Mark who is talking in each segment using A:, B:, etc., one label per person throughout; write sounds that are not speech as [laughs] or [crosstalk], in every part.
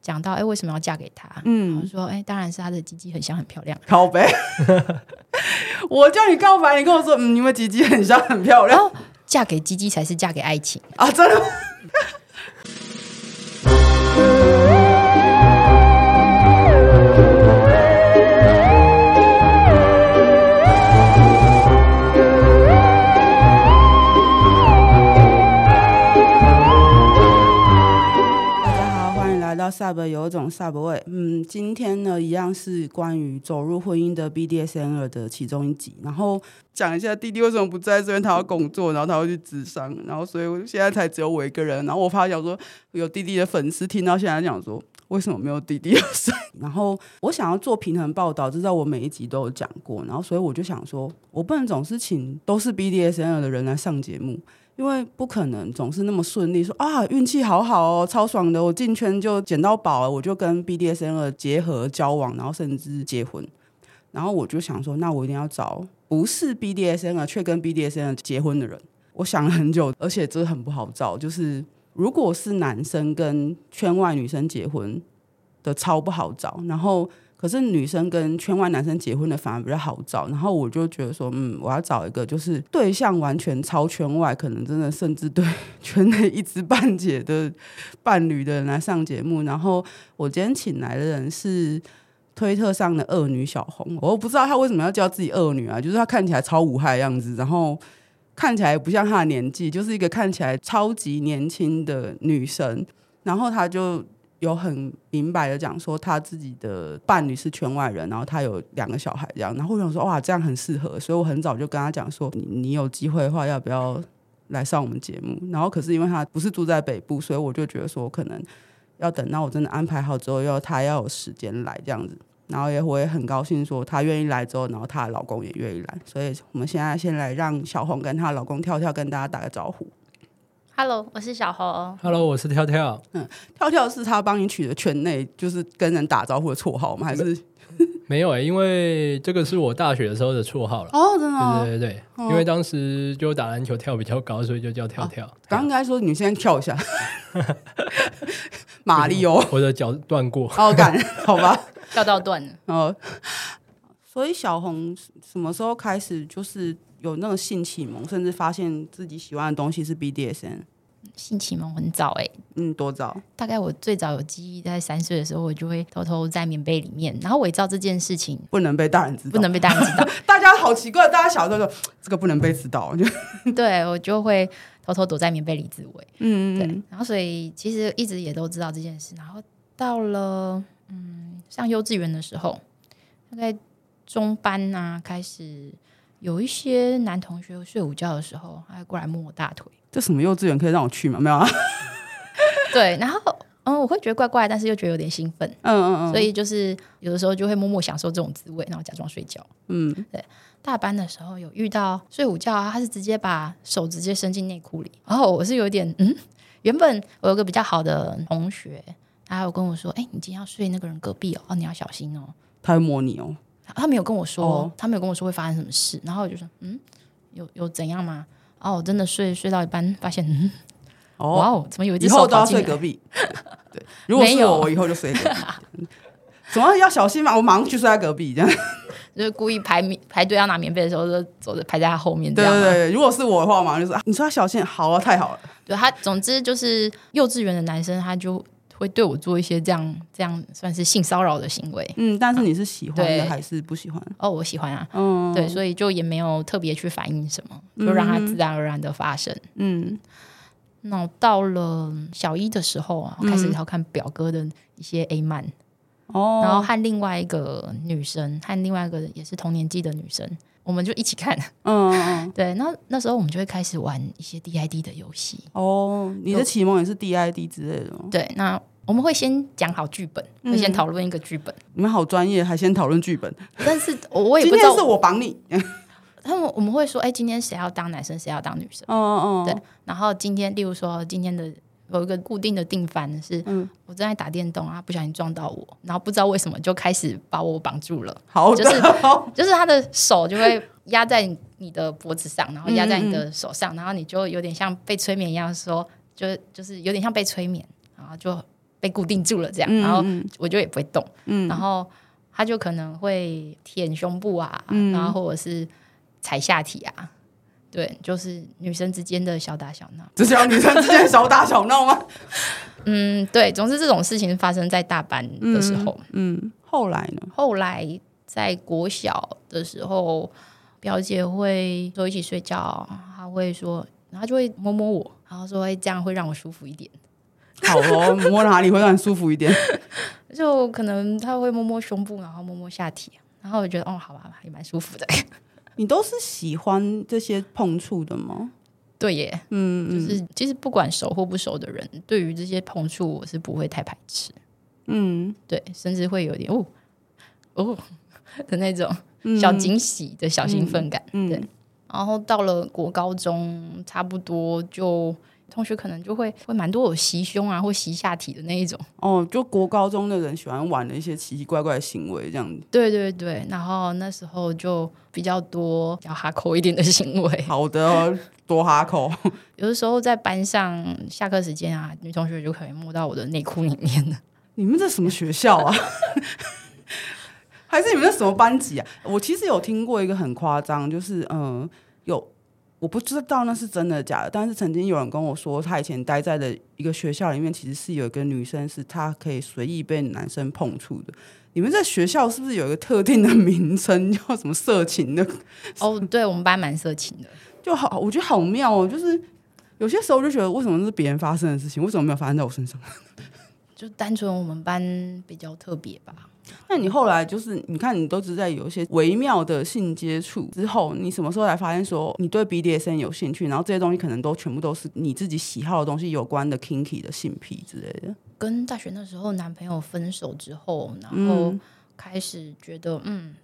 A: 讲到，哎、为什么要嫁给他？
B: 嗯
A: 嗯，我说，哎、当然是他的鸡鸡很香很漂亮。
B: 靠背。 [laughs] 我叫你告白，你跟我说，嗯，因为吉吉很像，很漂
A: 然
B: 亮
A: 后嫁给鸡鸡才是嫁给爱情。
B: 啊，真的吗。大家好，欢迎来到 Sub 有一种 Sub 味。嗯，今天呢，一样是关于走入婚姻的 BDSN 二的其中一集。然后讲一下弟弟为什么不在这边，他要工作，然后他要去智商，然后所以我现在才只有我一个人。然后我怕讲说有弟弟的粉丝听到现在讲说。为什么没有弟弟有声？ [laughs] 然后我想要做平衡报道，这在我每一集都有讲过。然后所以我就想说，我不能总是请都是 BDSN 的人来上节目，因为不可能总是那么顺利。说啊，运气好好哦，超爽的，我进圈就捡到宝了，我就跟 BDSN 的结合交往，然后甚至结婚。然后我就想说，那我一定要找不是 BDSN 啊，却跟 BDSN 结婚的人。我想了很久，而且这很不好找，就是如果是男生跟圈外女生结婚的超不好找，然后可是女生跟圈外男生结婚的反而比较好找。然后我就觉得说，嗯，我要找一个就是对象完全超圈外，可能真的甚至对圈内一知半解的伴侣的人来上节目。然后我今天请来的人是推特上的恶女小红，我不知道她为什么要叫自己恶女啊，就是她看起来超无害的样子，然后看起来也不像她的年纪，就是一个看起来超级年轻的女生。然后她就有很明白的讲说，她自己的伴侣是圈外人，然后她有两个小孩这样。然后我想说，哇，这样很适合，所以我很早就跟她讲说，你你有机会的话，要不要来上我们节目？然后可是因为她不是住在北部，所以我就觉得说，可能要等到我真的安排好之后，要她要有时间来这样子。然后也我也很高兴，说她愿意来之后，然后她的老公也愿意来，所以我们现在先来让小红跟她老公跳跳跟大家打个招呼。
A: Hello，我是小红。
C: Hello，我是跳跳。
B: 跳跳是他帮你取的圈内就是跟人打招呼的绰号吗？还是
C: 没有哎、因为这个是我大学的时候的绰号了。
B: 哦，真的哦。
C: 对对对对，因为当时就打篮球跳比较高，所以就叫跳跳。
B: 哦刚刚应该说你先跳 [laughs] 一下，马里奥
C: 我的脚断过，
B: 哦， [laughs] 感好吧，
A: 跳到断了，
B: 哦，所以小红什么时候开始就是有那种性启蒙，甚至发现自己喜欢的东西是 BDSN？
A: 性启蒙很早哎、
B: 嗯，多早？
A: 大概我最早有记忆，在三岁的时候，我就会偷偷在棉被里面，然后伪造这件事情
B: 不能被大人知道，
A: 不能被大人知道。
B: 大家好奇怪，大家小时候说这个不能被知
A: [laughs]
B: 道，就
A: 对我就会偷偷躲在棉被里自慰。
B: 嗯
A: 对，然后所以其实一直也都知道这件事。然后到了嗯上幼稚园的时候，大概中班啊，开始有一些男同学睡午觉的时候，还过来摸我大腿。
B: 这什么幼稚园可以让我去吗？没有啊，
A: 对，然后嗯，我会觉得怪怪，但是又觉得有点兴奋，
B: [laughs] 嗯嗯嗯，
A: 所以就是有的时候就会默默享受这种滋味，然后假装睡觉。
B: 嗯，
A: 大班的时候有遇到睡午觉啊，他是直接把手直接伸进内裤里，然后我是有点嗯，原本我有个比较好的同学，他有跟我说，哎、你今天要睡那个人隔壁哦，哦你要小心哦。
B: 他会摸你哦，
A: 他没有跟我说，
B: 哦
A: 他没有跟我说会发生什么事，然后我就说，嗯，有有怎样吗？哦，我真的睡睡到一半，发现，嗯，
B: 哦，
A: 哇哦，怎么有一只
B: 以后
A: 手
B: 都要
A: 跑进
B: 睡
A: 来
B: 隔？壁。 [laughs] 对，如果
A: 没
B: 是
A: 有
B: 我，我以后就睡隔壁。 [laughs] 总要要小心嘛，我马上去睡在隔壁这样。 [laughs]
A: 啊就是故意排棉排队要拿棉被的时候，就走着排在他后面这
B: 对
A: 样
B: 对
A: 吗。
B: 对，对如果是我的话，我马上就是、啊、你说要小心，好啊，太
A: [laughs]
B: 好了。
A: 对他，总之就是幼稚园的男生，他就会对我做一些这样这样算是性骚扰的行为。
B: 嗯，但是你是喜欢的
A: 对
B: 还是不喜欢？
A: 哦，我喜欢啊，
B: 嗯，
A: 对，所以就也没有特别去反应什么，就让它自然而然的发生。
B: 嗯，
A: 那我到了小一的时候啊，开始要看表哥的一些 A 漫，然后
B: 哦，
A: 和另外一个女生，和另外一个也是同年纪的女生，我们就一起看。 [laughs]
B: 嗯嗯，
A: 对，那那时候我们就会开始玩一些 DID 的游戏。
B: 哦，你的启蒙也是 DID 之类的吗？
A: 对，那我们会先讲好剧本，会先讨论一个剧本，
B: 你们好专业，还先讨论剧本。
A: 但是我我也
B: 今
A: 不知
B: 天
A: 道
B: 是，我绑你，嗯
A: 他们我们会说，哎、今天谁要当男生，谁要当女生，
B: 嗯嗯，
A: 对，然后今天，例如说今天的。有一个固定的定番是，
B: 嗯
A: 我正在打电动啊，不小心撞到我，然后不知道为什么就开始把我绑住了，
B: 好 [laughs]
A: 就是
B: 的，
A: 就是他的手就会压在你你的脖子上，然后压在你的手
B: 嗯
A: 上，然后你就有点像被催眠一样说就就是有点像被催眠，然后就被固定住了这样，
B: 嗯
A: 然后
B: 嗯
A: 我就也不会动，
B: 嗯
A: 然后他就可能会舔胸部啊，
B: 嗯
A: 然后或者是踩下体啊，对，就是女生之间的小打小闹。
B: 这叫女生之间小打小闹吗？
A: 嗯，对，总之这种事情发生在大班的时候，
B: 嗯，后来呢？
A: 后来在国小的时候，表姐会说一起睡觉，她会说，然后她就会摸摸我，然后说哎这样会让我舒服一点，
B: 好哦，摸哪里会让你舒服一点？
A: 就可能她会摸摸胸部，然后摸摸下体，然后我觉得哦好吧，也蛮舒服的，
B: [laughs]
A: [laughs]
B: 你都是喜欢这些碰触的吗？
A: 对耶，
B: 嗯，
A: 就
B: 嗯
A: 是其实不管熟或不熟的人，对于这些碰触我是不会太排斥，
B: 嗯
A: 对，甚至会有点哦哦的那种小惊喜的小兴奋感，对。
B: 嗯
A: 然后到了国高中，差不多就同学可能就会会蛮多有袭胸啊或袭下体的那一种。
B: 哦，就国高中的人喜欢玩的一些奇奇怪怪的行为，这样子
A: 对对对，然后那时候就比较多比较哈口一点的行为。
B: 好的哦，多哈口，
A: 有的时候在班上下课时间啊，女同学就可以摸到我的内裤里面
B: [laughs]
A: 了。
B: 你们这什么学校啊？ [laughs] 还是你们这什么班级啊？我其实有听过一个很夸张，就是嗯、呃有我不知道那是真的假的，但是曾经有人跟我说，他以前待在的一个学校里面，其实是有一个女生是她可以随意被男生碰触的。你们在学校是不是有一个特定的名称，叫什么色情的？ [laughs]
A: 哦，对我们班蛮色情的。
B: 就好，我觉得好妙哦，就是。有些时候就觉得，为什么是别人发生的事情，为什么没有发生在我身上？
A: 就单纯我们班比较特别吧，
B: 那你后来就是，你看你都只在有一些微妙的性接触之后，你什么时候才发现说你对 BDSN 有兴趣？然后这些东西可能都全部都是你自己喜好的东西有关的 kinky 的性癖之类的。
A: 跟大学那时候男朋友分手之后，然后
B: 嗯
A: 开始觉得，嗯，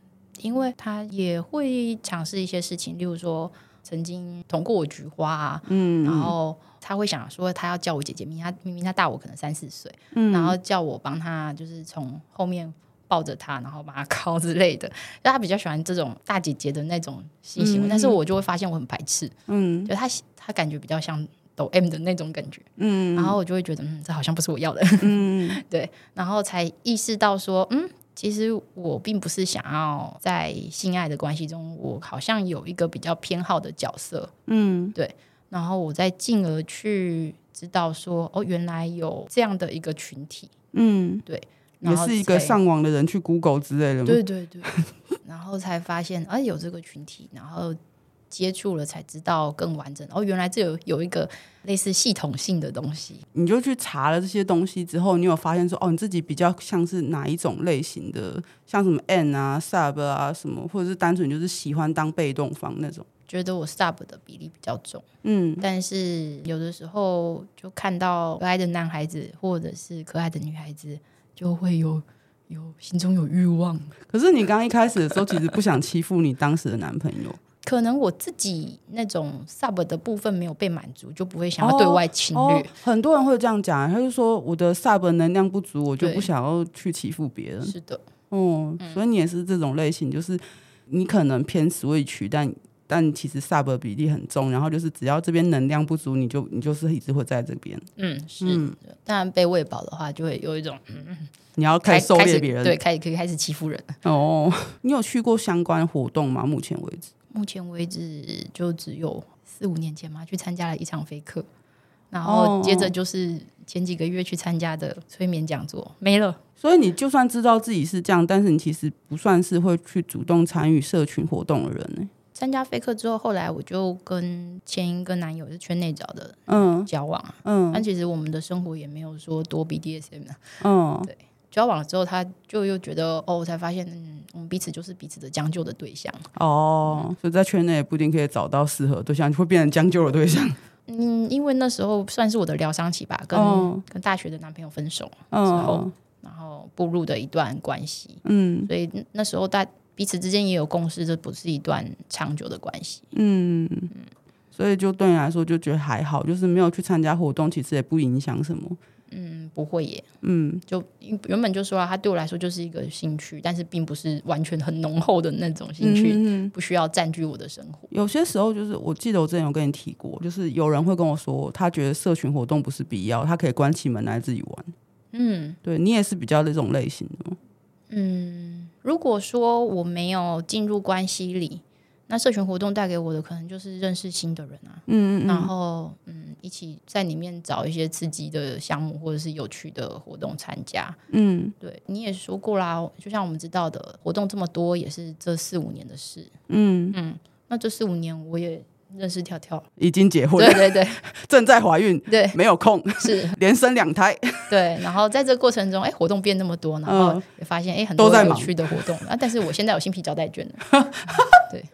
A: 因为他也会尝试一些事情，例如说曾经捅过我菊花、啊，嗯，然后他会想说他要叫我姐姐，明明他明明他大我可能三四岁，嗯，然后叫我帮他就是从后面抱着他，然后把他 [laughs] 铐之类的，就他比较喜欢这种大姐姐的那种性行为，但是我就会发现我很排斥，嗯，就他他感觉比较像抖 M 的那种感觉，嗯，然后我就会觉得，嗯，这好像不是我要的，
B: 嗯，
A: [laughs] 对，然后才意识到说，嗯，其实我并不是想要在性爱的关系中，我好像有一个比较偏好的角色，嗯，对，然后我再进而去知道说，哦，原来有这样的一个群体，
B: 嗯，
A: 然
B: 也
A: 后
B: 是一个
A: 才
B: 上网的人去 Google 之 [laughs] 类的吗？
A: 对对对，然后才发现，哎、有这个群体，然后接触了才知道更完整，哦，原来这有有一个类似系统性的东西，
B: 你就去查了这些东西之后，你有发现说，哦，你自己比较像是哪一种类型的，像什么 N 啊、Sub 啊什么，或者是单纯就是喜欢当被动方那种。
A: 觉得我 sub 的比例比较重。
B: 嗯，
A: 但是有的时候就看到可爱的男孩子或者是可爱的女孩子，就会有有心中有欲望。
B: 可是你刚一开始的时候，其实不想欺负你当时的男朋友。
A: 可能我自己那种 sub 的部分没有被满足，就不会想要对外侵略。
B: 哦，很多人会这样讲，他就说我的 sub 能量不足，我就
A: 对
B: 不想要去欺负别人。
A: 是嗯的，
B: 哦，所以你也是这种类型，就是你可能偏 switch，但但其实 sub 比例很重，然后就是只要这边能量不足，你就你就是一直会在这边，
A: 嗯，是的。当然被喂饱的话，就会有一种
B: 你要开
A: 开
B: 始狩
A: 开
B: 猎
A: 始
B: 别人。
A: 对，开始可以开始欺负人。
B: 哦，你有去过相关活动吗？目前为止，
A: 目前为止就只有四五年前嘛，去参加了一场飞课，然后
B: 哦
A: 接着就是前几个月去参加的催眠讲座，没了。
B: 所以你就算知道自己是这样，但是你其实不算是会去主动参与社群活动的人欸呢、
A: 参加飞课之后，后来我就跟前一个男友是圈内找的
B: 嗯
A: 交往啊，
B: 嗯
A: 但其实我们的生活也没有说多 BDSM 啊。
B: 嗯，
A: 交往了之后，他就又觉得哦，我才发现，嗯，我们彼此就是彼此的将就的对象。
B: 哦，所以在圈内也不一定可以找到适合的对象， [laughs] 会变成将就的对象。
A: 嗯，因为那时候算是我的疗伤期吧，跟、
B: 哦
A: 跟大学的男朋友分手，
B: 嗯
A: 然后步入的一段关系，
B: 嗯
A: 所以那时候大彼此之间也有共识，这不是一段长久的关系。
B: 嗯，所以就对你来说就觉得还好，就是没有去参加活动，其实也不影响什么。
A: 嗯，不会耶。
B: 嗯，
A: 就原本就说啊，它对我来说就是一个兴趣，但是并不是完全很浓厚的那种兴趣，
B: 嗯
A: 不需要占据我的生活。
B: 有些时候就是，我记得我之前有跟你提过，就是有人会跟我说，他觉得社群活动不是必要，他可以关起门来自己玩。
A: 嗯
B: 对你也是比较这种类型的吗，
A: 嗯，如果说我没有进入关系里，那社群活动带给我的可能就是认识新的人啊，
B: 嗯
A: 然后嗯，一起在里面找一些刺激的项目或者是有趣的活动参加。
B: 嗯
A: 对，你也说过啦，就像我们知道的，活动这么多，也是这四五年的事。
B: 嗯，
A: 嗯，那这四五年我也认识跳跳，
B: 已经结婚
A: 对对
B: 了，
A: 对
B: 正在怀孕，
A: 对，
B: 没有空， [laughs]
A: 是，
B: 连生两胎，
A: 对。然后在这过程中，哎，活动变那么多，然后
B: 嗯
A: 也发现哎很
B: 都
A: 多
B: 在
A: 有
B: 忙
A: 趣的活动啊。但是我现在有新皮招待券了。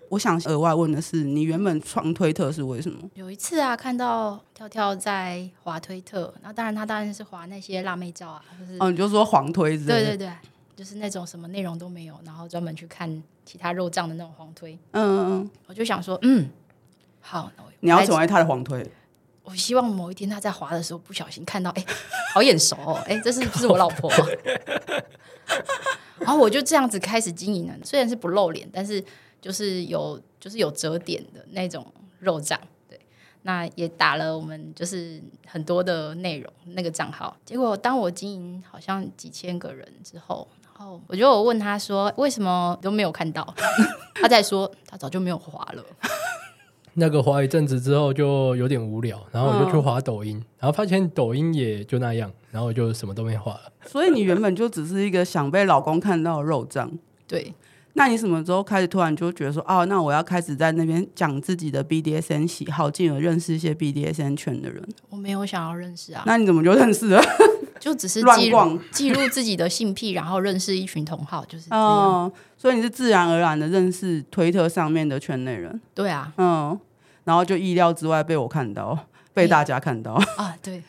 B: 我想额外问的是，你原本创推特是为什么？
A: 有一次啊，看到跳跳在滑推特，那当然他当然是滑那些辣妹照啊，就是、
B: 哦，你就说黄推之类的，
A: 对对对，就是那种什么内容都没有，然后专门去看其他肉酱的那种黄推。
B: 嗯，嗯嗯，
A: 我就想说，嗯，好，那我
B: 你要
A: 来
B: 成为他的黄推，
A: 我希望某一天他在滑的时候不小心看到，哎、好眼熟哦，哎、这是不是我老婆、啊？ [laughs] 然后我就这样子开始经营了，虽然是不露脸，但是就是有就是有折点的那种肉账，对，那也打了我们就是很多的内容那个账号。结果当我经营好像几千个人之后，然后我就有问他说为什么都没有看到，他在说他早就没有滑了，
C: 那个滑一阵子之后就有点无聊，然后我就去
B: 嗯
C: 滑抖音，然后发现抖音也就那样，然后我就什么都没滑了。
B: 所以你原本就只是一个想被老公看到的肉酱。
A: 对，
B: 那你什么时候开始突然就觉得说，哦，那我要开始在那边讲自己的 BDSN 喜好，进而认识一些 BDSN 圈的人？
A: 我没有想要认识啊。
B: 那你怎么就认识了？
A: 就 [laughs] 只是
B: 乱
A: 记录
B: 逛
A: [laughs] 记录自己的性癖，然后认识一群同好，就是这样。
B: 哦，所以你是自然而然的认识推特上面的圈内人，
A: 对啊，
B: 嗯，然后就意料之外被我看到，被大家看到。
A: 啊对，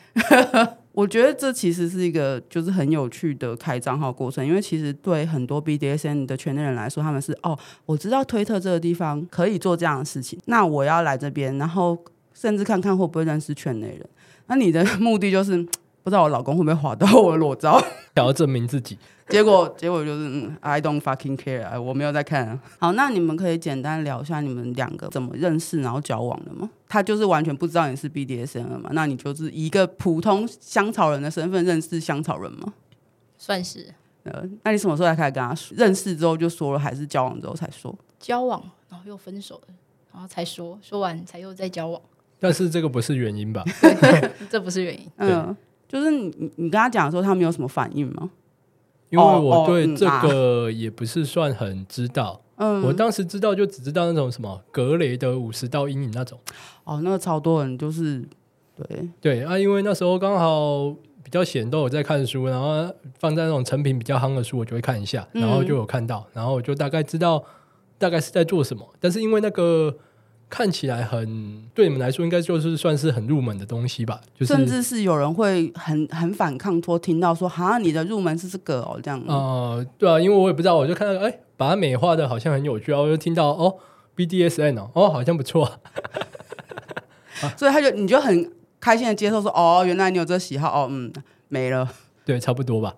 B: 我觉得这其实是一个就是很有趣的开账号过程，因为其实对很多 BDSN 的圈内人来说，他们是哦，我知道推特这个地方可以做这样的事情，那我要来这边，然后甚至看看会不会认识圈内人。那你的 [laughs] 目的就是嗯不知道我老公会不会划到我的裸照，
C: 想要证明自己，
B: [laughs] 结果结果就是、嗯、I don't fucking care，哎我没有在看、啊。好，那你们可以简单聊一下你们两个怎么认识然后交往的吗？他就是完全不知道你是 BDSN 了嘛？那你就是以一个普通香草人的身份认识香草人吗？
A: 算是
B: 呃，那你什么时候才开始跟他说认识之后就说了，还是交往之后才说？
A: 交往，然后又分手了，然后才说，说完才又再交往，
C: 但是这个不是原因吧？
A: 这不是原因。
B: 嗯、就是你你你跟他讲的时候，他没有什么反应吗？
C: 因为
B: 哦哦
C: 我对
B: 嗯
C: 这
B: 啊
C: 个也不是算很知道，
B: 嗯，
C: 我当时知道就只知道那种什么格雷的五十道阴影那种。
B: 哦，那个超多人就是对，
C: 对啊，因为那时候刚好比较闲，都有在看书，然后放在那种成品比较夯的书，我就会看一下，
B: 嗯
C: 然后就有看到，然后我就大概知道大概是在做什么。但是因为那个看起来很对你们来说，应该就是算是很入门的东西吧，就是
B: 甚至是有人会很很反抗，说听到说哈，你的入门是这个哦，这样。
C: 呃，对啊，因为我也不知道，我就看到哎，把它美化的好像很有趣啊，我就听到哦 BDSN 哦，哦好像不错、啊，
B: 所以他就你就很开心的接受说，哦，原来你有这喜好，哦，嗯，没了。
C: 对，差不多吧。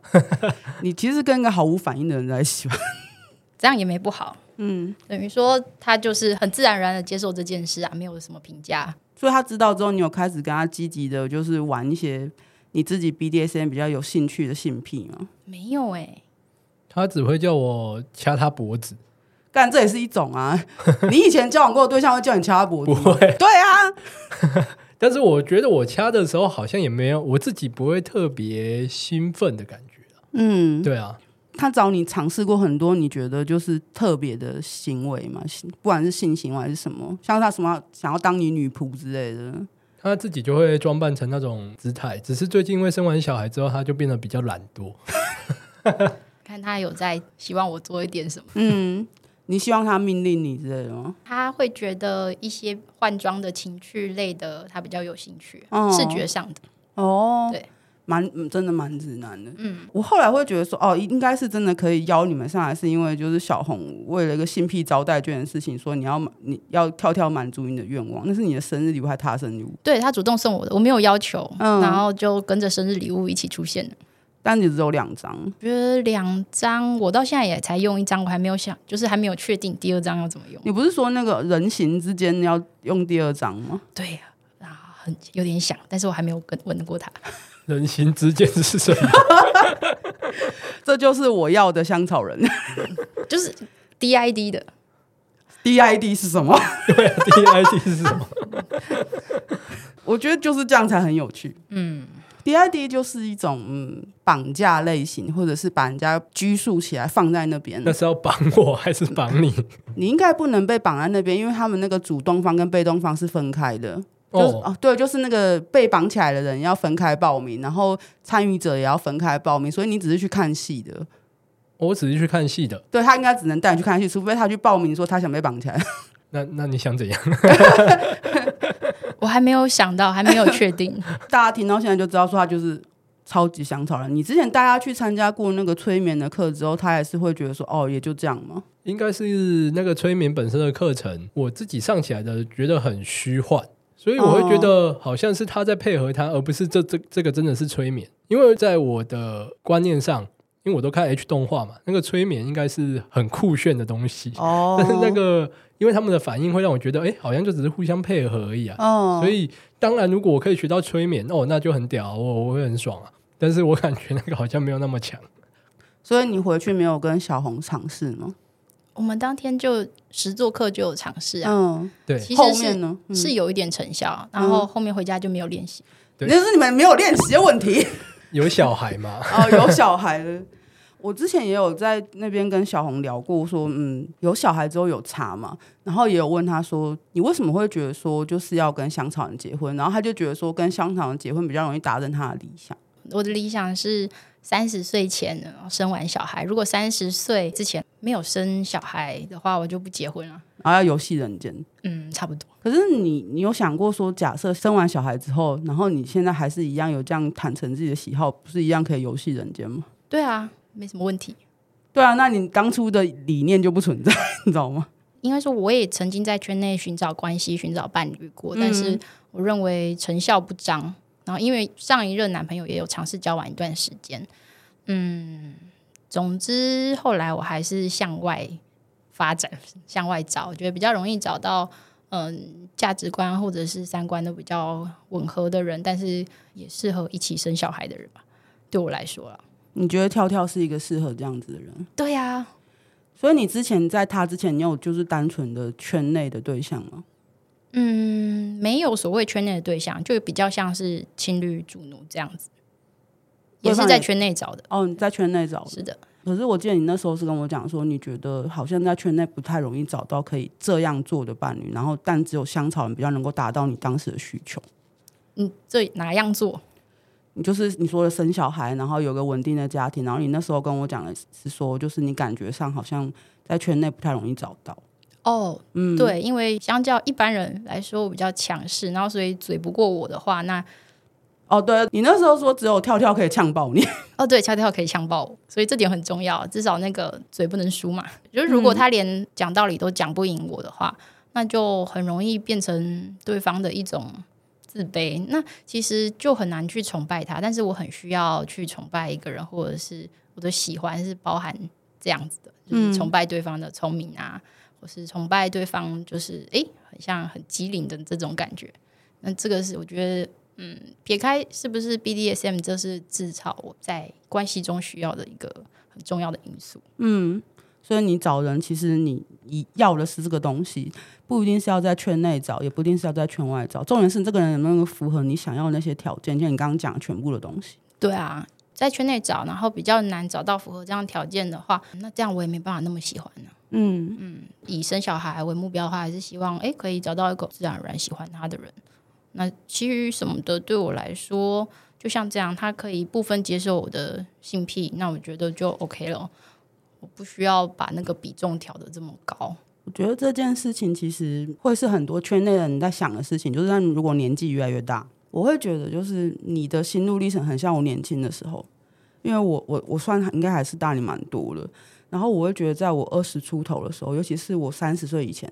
B: 你其实跟一个毫无反应的人在一起吧， [laughs]
A: 这样也没不好，嗯，等于说他就是很自然而然的接受这件事啊，没有什么评价。
B: 所以他知道之后，你有开始跟他积极的，就是玩一些你自己 BDSM 比较有兴趣的性癖嘛。
A: 没有哎、
C: 他只会叫我掐他脖子，
B: 干，这也是一种
C: [laughs]
B: 啊。你以前交往过的对象会叫你掐他脖子
C: 不
B: 吗？
C: 会。
B: 对啊，
C: 但是我觉得我掐的时候好像也没有，我自己不会特别兴奋的感觉。
B: 嗯，
C: 对啊，
B: 他找你尝试过很多你觉得就是特别的行为嘛，性不管是性行为还是什么，像他什么想要当你女仆之类的，
C: 他自己就会装扮成那种姿态。只是最近因为生完小孩之后，他就变得比较懒惰。
A: 看他有在希望我做一点什么，
B: 嗯，你希望他命令你之类的吗？
A: 他会觉得一些换装的情趣类的他比较有兴趣，
B: 哦
A: 视觉上的
B: 哦，
A: 对，
B: 蛮嗯真的蛮直男的。嗯，我后来会觉得说，哦，应该是真的可以邀你们上来，是因为就是小红为了一个性癖招待券的事情，说你要你要跳跳满足你的愿望，那是你的生日礼物还是他的生日礼物？
A: 对他主动送我的，我没有要求，
B: 嗯
A: 然后就跟着生日礼物一起出现了。
B: 但你只有两张，
A: 我觉得两张，我到现在也才用一张，我还没有想，就是还没有确定第二张要怎么用。
B: 你不是说那个人形之间要用第二张吗？
A: 对啊，啊很有点想，但是我还没有跟问过他。 [laughs]
C: 人形之间是什
B: [laughs]
C: 么？
B: 这就是我要的香草人。 [laughs]
A: 就是 DID 的，
B: DID 是什么？ [laughs]
C: 对啊，DID 是什么？
B: 我觉得就是这样才很有趣。
A: 嗯，
B: DID 就是一种嗯绑架类型，或者是把人家拘束起来放在那边
C: 那。是要绑我还是绑你？
B: 你应该不能被绑在那边，因为他们那个主动方跟被动方是分开的。 [laughs] 就是
C: 哦，
B: 哦，对，就是那个被绑起来的人要分开报名，然后参与者也要分开报名，所以你只是去看戏的。
C: 我只是去看戏的。
B: 对他应该只能带你去看戏，除非他去报名说他想被绑
C: [laughs]
B: 起来。
C: 那那你想怎样？
A: 我还没有想到，还没有确定。 [laughs]
B: 大家听到现在就知道说他就是超级香草人。你之前带他去参加过那个催眠的课之后，他也是会觉得说哦，也就这样嘛。
C: 应该是那个催眠本身的课程，我自己上起来的觉得很虚幻，所以我会觉得好像是他在配合他，而不是这这这个真的是催眠。因为在我的观念上，因为我都看 H 动画嘛，那个催眠应该是很酷炫的东西，
B: 哦，
C: 但是 [laughs] 那个因为他们的反应会让我觉得，哎、好像就只是互相配合而已啊。
B: 哦，
C: 所以当然，如果我可以学到催眠，哦，那就很屌，我我会很爽啊。但是我感觉那个好像没有那么强。
B: 所以你回去没有跟小红尝试吗？
A: 我们当天就实做课就有尝试啊，
B: 嗯，
C: 对，
A: 其
B: 后
A: 实
B: 面
A: 是、
B: 呢？嗯
A: 是有一点成效，啊然后后面回家就没有练习。
C: 对
B: 那是你们没有练习的问题
C: 有小孩嘛？
B: 哦，有小孩了。我之前也有在那边跟小红聊过说嗯，有小孩之后有差嘛，然后也有问他说，你为什么会觉得说就是要跟香草人结婚？然后他就觉得说跟香草人结婚比较容易达成他的理想。
A: 我的理想是三十岁前呃生完小孩，如果三十岁之前没有生小孩的话，我就不结婚了。
B: 然后要游戏人间。
A: 嗯，差不多。
B: 可是你，你有想过说，假设生完小孩之后，然后你现在还是一样有这样坦诚自己的喜好，不是一样可以游戏人间吗？
A: 对啊，没什么问题。
B: 对啊，那你当初的理念就不存在， [laughs] 你知道吗？
A: 应该说，我也曾经在圈内寻找关系、寻找伴侣过，
B: 嗯
A: 但是我认为成效不彰。然后，因为上一任男朋友也有尝试交往一段时间，嗯，总之后来我还是向外发展、 [laughs] 向外找，我觉得比较容易找到嗯价值观或者是三观都比较吻合的人，但是也适合一起生小孩的人吧。对我来说啊了，
B: 你觉得跳跳是一个适合这样子的人？
A: 对呀、啊，
B: 所以你之前在他之前，你有就是单纯的圈内的对象吗？
A: 嗯，没有所谓圈内的对象，就比较像是情侣主奴这样子，也是在圈内找的。
B: 哦，你在圈内找的。
A: 是的，
B: 可是我记得你那时候是跟我讲说，你觉得好像在圈内不太容易找到可以这样做的伴侣，然后但只有香草人比较能够达到你当时的需求。
A: 嗯，这哪样做？
B: 你就是你说的生小孩，然后有个稳定的家庭，然后你那时候跟我讲的是说，就是你感觉上好像在圈内不太容易找到。
A: 哦，对，因为相较一般人来说，我比较强势，然后所以嘴不过我的话，那
B: 哦，对你那时候说只有跳跳可以呛爆你，
A: 哦，对，跳跳可以强暴我，所以这点很重要，至少那个嘴不能输嘛。就是如果他连讲道理都讲不赢我的话，那就很容易变成对方的一种自卑。那其实就很难去崇拜他，但是我很需要去崇拜一个人，或者是我的喜欢是包含这样子的，就是崇拜对方的聪明啊，或是崇拜对方就是诶，很像很机灵的这种感觉。那这个是我觉得撇开是不是 BDSM，这是至少我在关系中需要的一个很重要的因素。
B: 嗯所以你找人其实你你要的是这个东西，不一定是要在圈内找，也不一定是要在圈外找，重点是这个人有没有符合你想要的那些条件，像你刚刚讲的全部的东西。
A: 对啊，在圈内找，然后比较难找到符合这样条件的话，那这样我也没办法那么喜欢呢、
B: 嗯，
A: 以生小孩为目标的话，还是希望诶可以找到一个自然而然喜欢他的人。那其余什么的，对我来说，就像这样，他可以部分接受我的性癖，那我觉得就 OK 了。我不需要把那个比重调的这么高。
B: 我觉得这件事情其实会是很多圈内人在想的事情，就是他们如果年纪越来越大，我会觉得就是你的心路历程很像我年轻的时候，因为我我我算应该还是大你蛮多了，然后我会觉得在我二十出头的时候，尤其是我三十岁以前，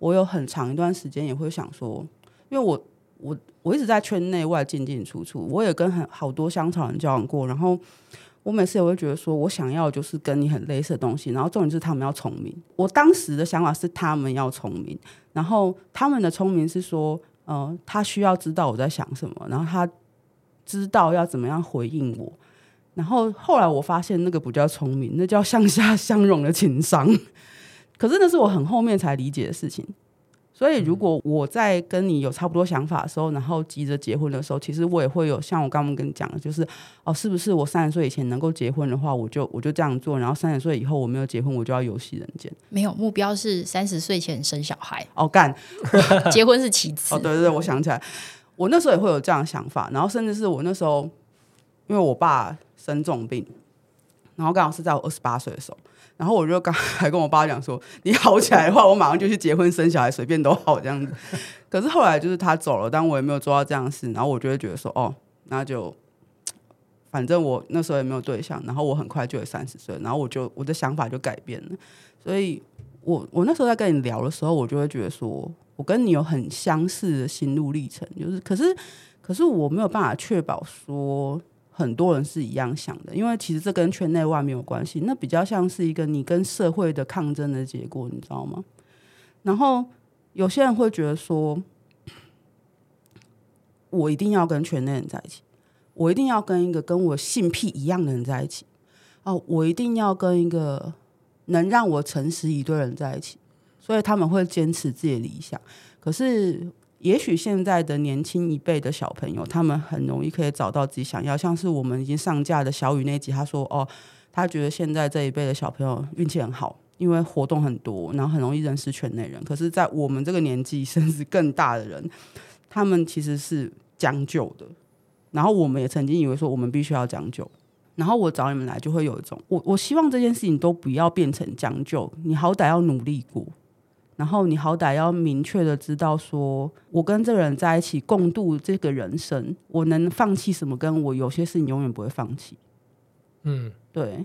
B: 我有很长一段时间也会想说，因为我我我一直在圈内外进进出出，我也跟很好多香草人交往过，然后。我每次也会觉得说，我想要就是跟你很类似的东西，然后重点是他们要聪明。我当时的想法是他们要聪明，然后他们的聪明是说，呃，他需要知道我在想什么，然后他知道要怎么样回应我。然后后来我发现那个不叫聪明，那叫向下 [laughs] 相容的情商。可是那是我很后面才理解的事情。所以如果我在跟你有差不多想法的时候，然后急着结婚的时候，其实我也会有像我刚刚跟你讲的，就是哦，是不是我三十岁以前能够结婚的话，我就我就这样做，然后三十岁以后我没有结婚，我就要游戏人间。
A: 没有目标是三十岁前生小孩，
B: 哦干，
A: 结婚是其次。
B: 哦，对对对，我想起来，我那时候也会有这样的想法，然后甚至是我那时候，因为我爸生重病，然后刚好是在我二十八岁的时候，然后我就刚 [laughs] 还跟我爸讲说，你好起来的话，我马上就去结婚生小孩，随便都好这样子。 [laughs] 可是后来就是他走了，但我也没有做到这样的事，然后我就会觉得说，哦，那就。反正我那时候也没有对象，然后我很快就也三十岁，然后我就我的想法就改变了，所以我我那时候在跟你聊的时候，我就会觉得说，我跟你有很相似的心路历程，就是可是可是我没有办法确保说很多人是一样想的，因为其实这跟圈内外没有关系，那比较像是一个你跟社会的抗争的结果，你知道吗？然后有些人会觉得说，我一定要跟圈内人在一起，我一定要跟一个跟我性癖一样的人在一起，哦，我一定要跟一个能让我诚实一堆人在一起。所以他们会坚持自己的理想。可是，也许现在的年轻一辈的小朋友，他们很容易可以找到自己想要，像是我们已经上架的小雨那集，他说：“哦，他觉得现在这一辈的小朋友运气很好，因为活动很多，然后很容易认识圈内人。可是，在我们这个年纪，甚至更大的人，他们其实是将就的。然后，我们也曾经以为说，我们必须要将就。”然后我找你们来，就会有一种我我希望这件事情都不要变成将就，你好歹要努力过，然后你好歹要明确的知道说，我跟这个人在一起共度这个人生，我能放弃什么，跟我有些事情永远不会放弃。
C: 嗯，
B: 对，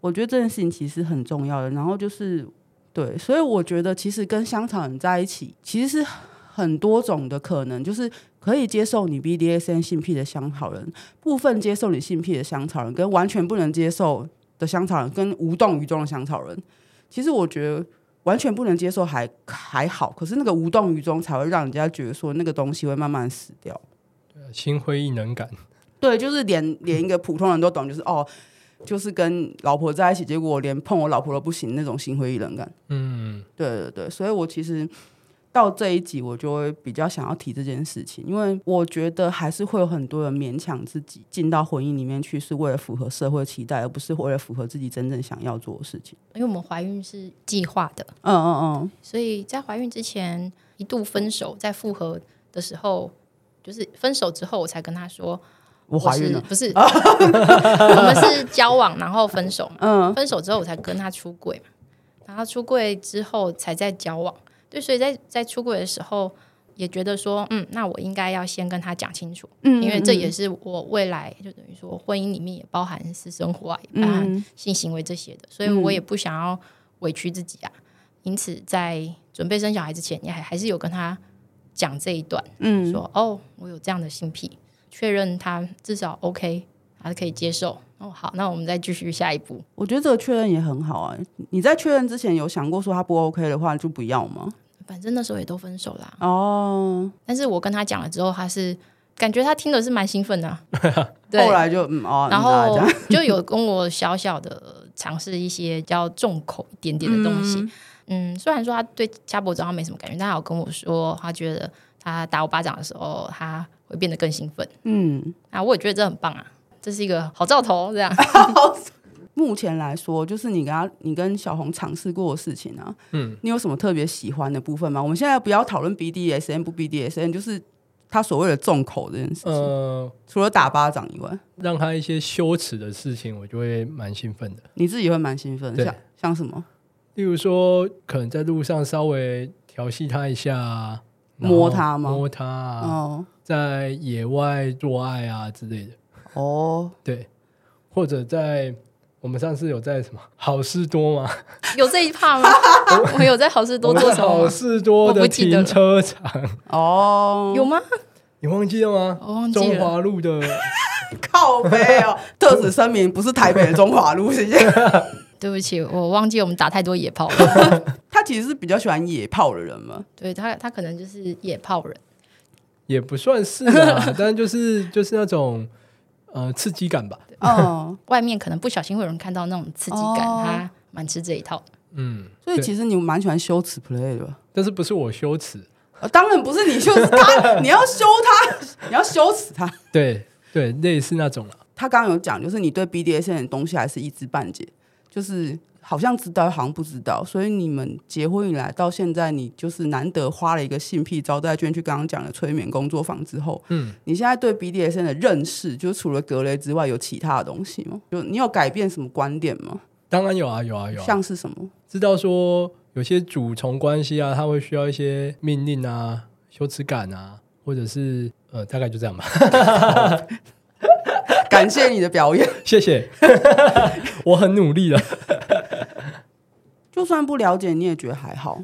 B: 我觉得这件事情其实很重要的。然后就是对，所以我觉得其实跟香草人在一起，其实是很多种的可能，就是可以接受你 BDSN 性癖的香草人，部分接受你性癖的香草人，跟完全不能接受的香草人，跟无动于衷的香草人。其实我觉得完全不能接受还还好，可是那个无动于衷才会让人家觉得说那个东西会慢慢死掉。
C: 心灰意冷感，
B: 对，就是连连一个普通人都懂，就是哦，就是跟老婆在一起，结果我连碰我老婆都不行那种心灰意冷感。
C: 嗯，
B: 对对对，所以我其实到这一集，我就会比较想要提这件事情，因为我觉得还是会有很多人勉强自己进到婚姻里面去，是为了符合社会期待，而不是为了符合自己真正想要做的事情。
A: 因为我们怀孕是计划的，
B: 嗯嗯
A: 所以在怀孕之前一度分手，在复合的时候，就是分手之后，我才跟他说
B: 嗯，我怀孕
A: 是
B: 了。
A: 不
B: [laughs]
A: 是？我们是交往然后分手嘛，
B: 嗯，
A: 分手之后我才跟他出柜嘛，然后出柜之后才在交往，对，所以在在出柜的时候也觉得说，嗯，那我应该要先跟他讲清楚，
B: 嗯
A: 因为这也是我未来就等于说婚姻里面也包含私生活啊，也包含
B: 嗯
A: 性行为这些的，所以我也不想要委屈自己啊，因此在准备生小孩之前，也还还是有跟他讲这一段，
B: 嗯
A: 说哦，我有这样的性癖，确认他至少 OK，他可以接受。哦，好，那我们再继续下一步。
B: 嗯我觉得这个确认也很好啊。你在确认之前有想过说他不 OK 的话就不要吗？
A: 反正那时候也都分手啦，
B: 哦，
A: 但是我跟他讲了之后，他是感觉他听的是蛮兴奋的
B: [laughs]
A: 啊、对
B: 后，来就嗯哦，
A: 然
B: 嗯啊这
A: 后
B: 样
A: 就有跟我小小的尝试一些比较重口一点点的东西。嗯虽然说他对掐脖子好像没什么感觉，但他有跟我说，他觉得他打我巴掌的时候，他会变得更兴奋。
B: 嗯，
A: 啊，我也觉得这很棒啊，这是一个好兆头，这样。
B: 目前来说，就是你跟他，你跟小红尝试过的事情啊，嗯，你有什么特别喜欢的部分吗？我们现在不要讨论 BDSM 不 BDSM，就是他所谓的重口这件事情，
C: 呃，
B: 除了打巴掌以外，
C: 让他一些羞耻的事情，我就会蛮兴奋的。
B: 你自己会蛮兴奋，
C: 对
B: 像像什么
C: 例如说，可能在路上稍微调戏他一下啊，然后
B: 摸他吗
C: 摸他啊、
B: 哦
C: 在野外做爱啊之类的，
B: 哦，
C: 对，或者在我们上次有在什么好事多吗？
A: 有这一趴吗？我有在好事多
C: 我们
A: 做
C: 在
A: 什么
C: 好
A: 吗？
C: 事多
A: 我
C: 的
A: 不记得
C: 停
A: 了
C: 车场，
B: 哦，
A: 有吗？
C: 你忘记了吗？
A: 我忘记
C: 中
A: 了。
C: 华路的，
B: [laughs]
C: [laughs]
B: 靠背哦，特此声明，不是台北的中华路，谢谢。 [laughs]
A: 对不起，我忘记我们打太多野炮了。
B: 他其实是比较喜欢野炮的人嘛，
A: 对他，他可能就是野炮人。 [laughs]
C: 也不算是啊，但就是就是那种呃刺激感吧。
B: 哦，
A: 外面可能不小心会有人看到那种刺激感，
B: 哦
A: 他蛮吃这一套的。
C: 嗯，
B: 所以
C: 对
B: 其实你蛮喜欢羞耻 play 的吧。
C: 但是不是我羞耻？
B: 呃当然不是你羞耻他，你要羞他， [laughs] 你要羞耻他。
C: 对对，类似那种啦。啊
B: 他刚刚有讲，就是你对 BDSM 的东西还是一知半解，就是好像知道，好像不知道。所以你们结婚以来到现在，你就是难得花了一个性癖招待券去刚刚讲的催眠工作坊之后，嗯，你现在对 BDSM 的认识，就除了格雷之外，有其他的东西吗？就你有改变什么观点吗？
C: 当然有啊，有啊，有啊。
B: 像是什么？
C: 知道说有些主从关系啊，他会需要一些命令啊、羞耻感啊，或者是呃，大概就这样吧。 [laughs]
B: 感谢你的表演。
C: 谢谢， [laughs] 我很努力了。
B: 就算不了解，你也觉得还好。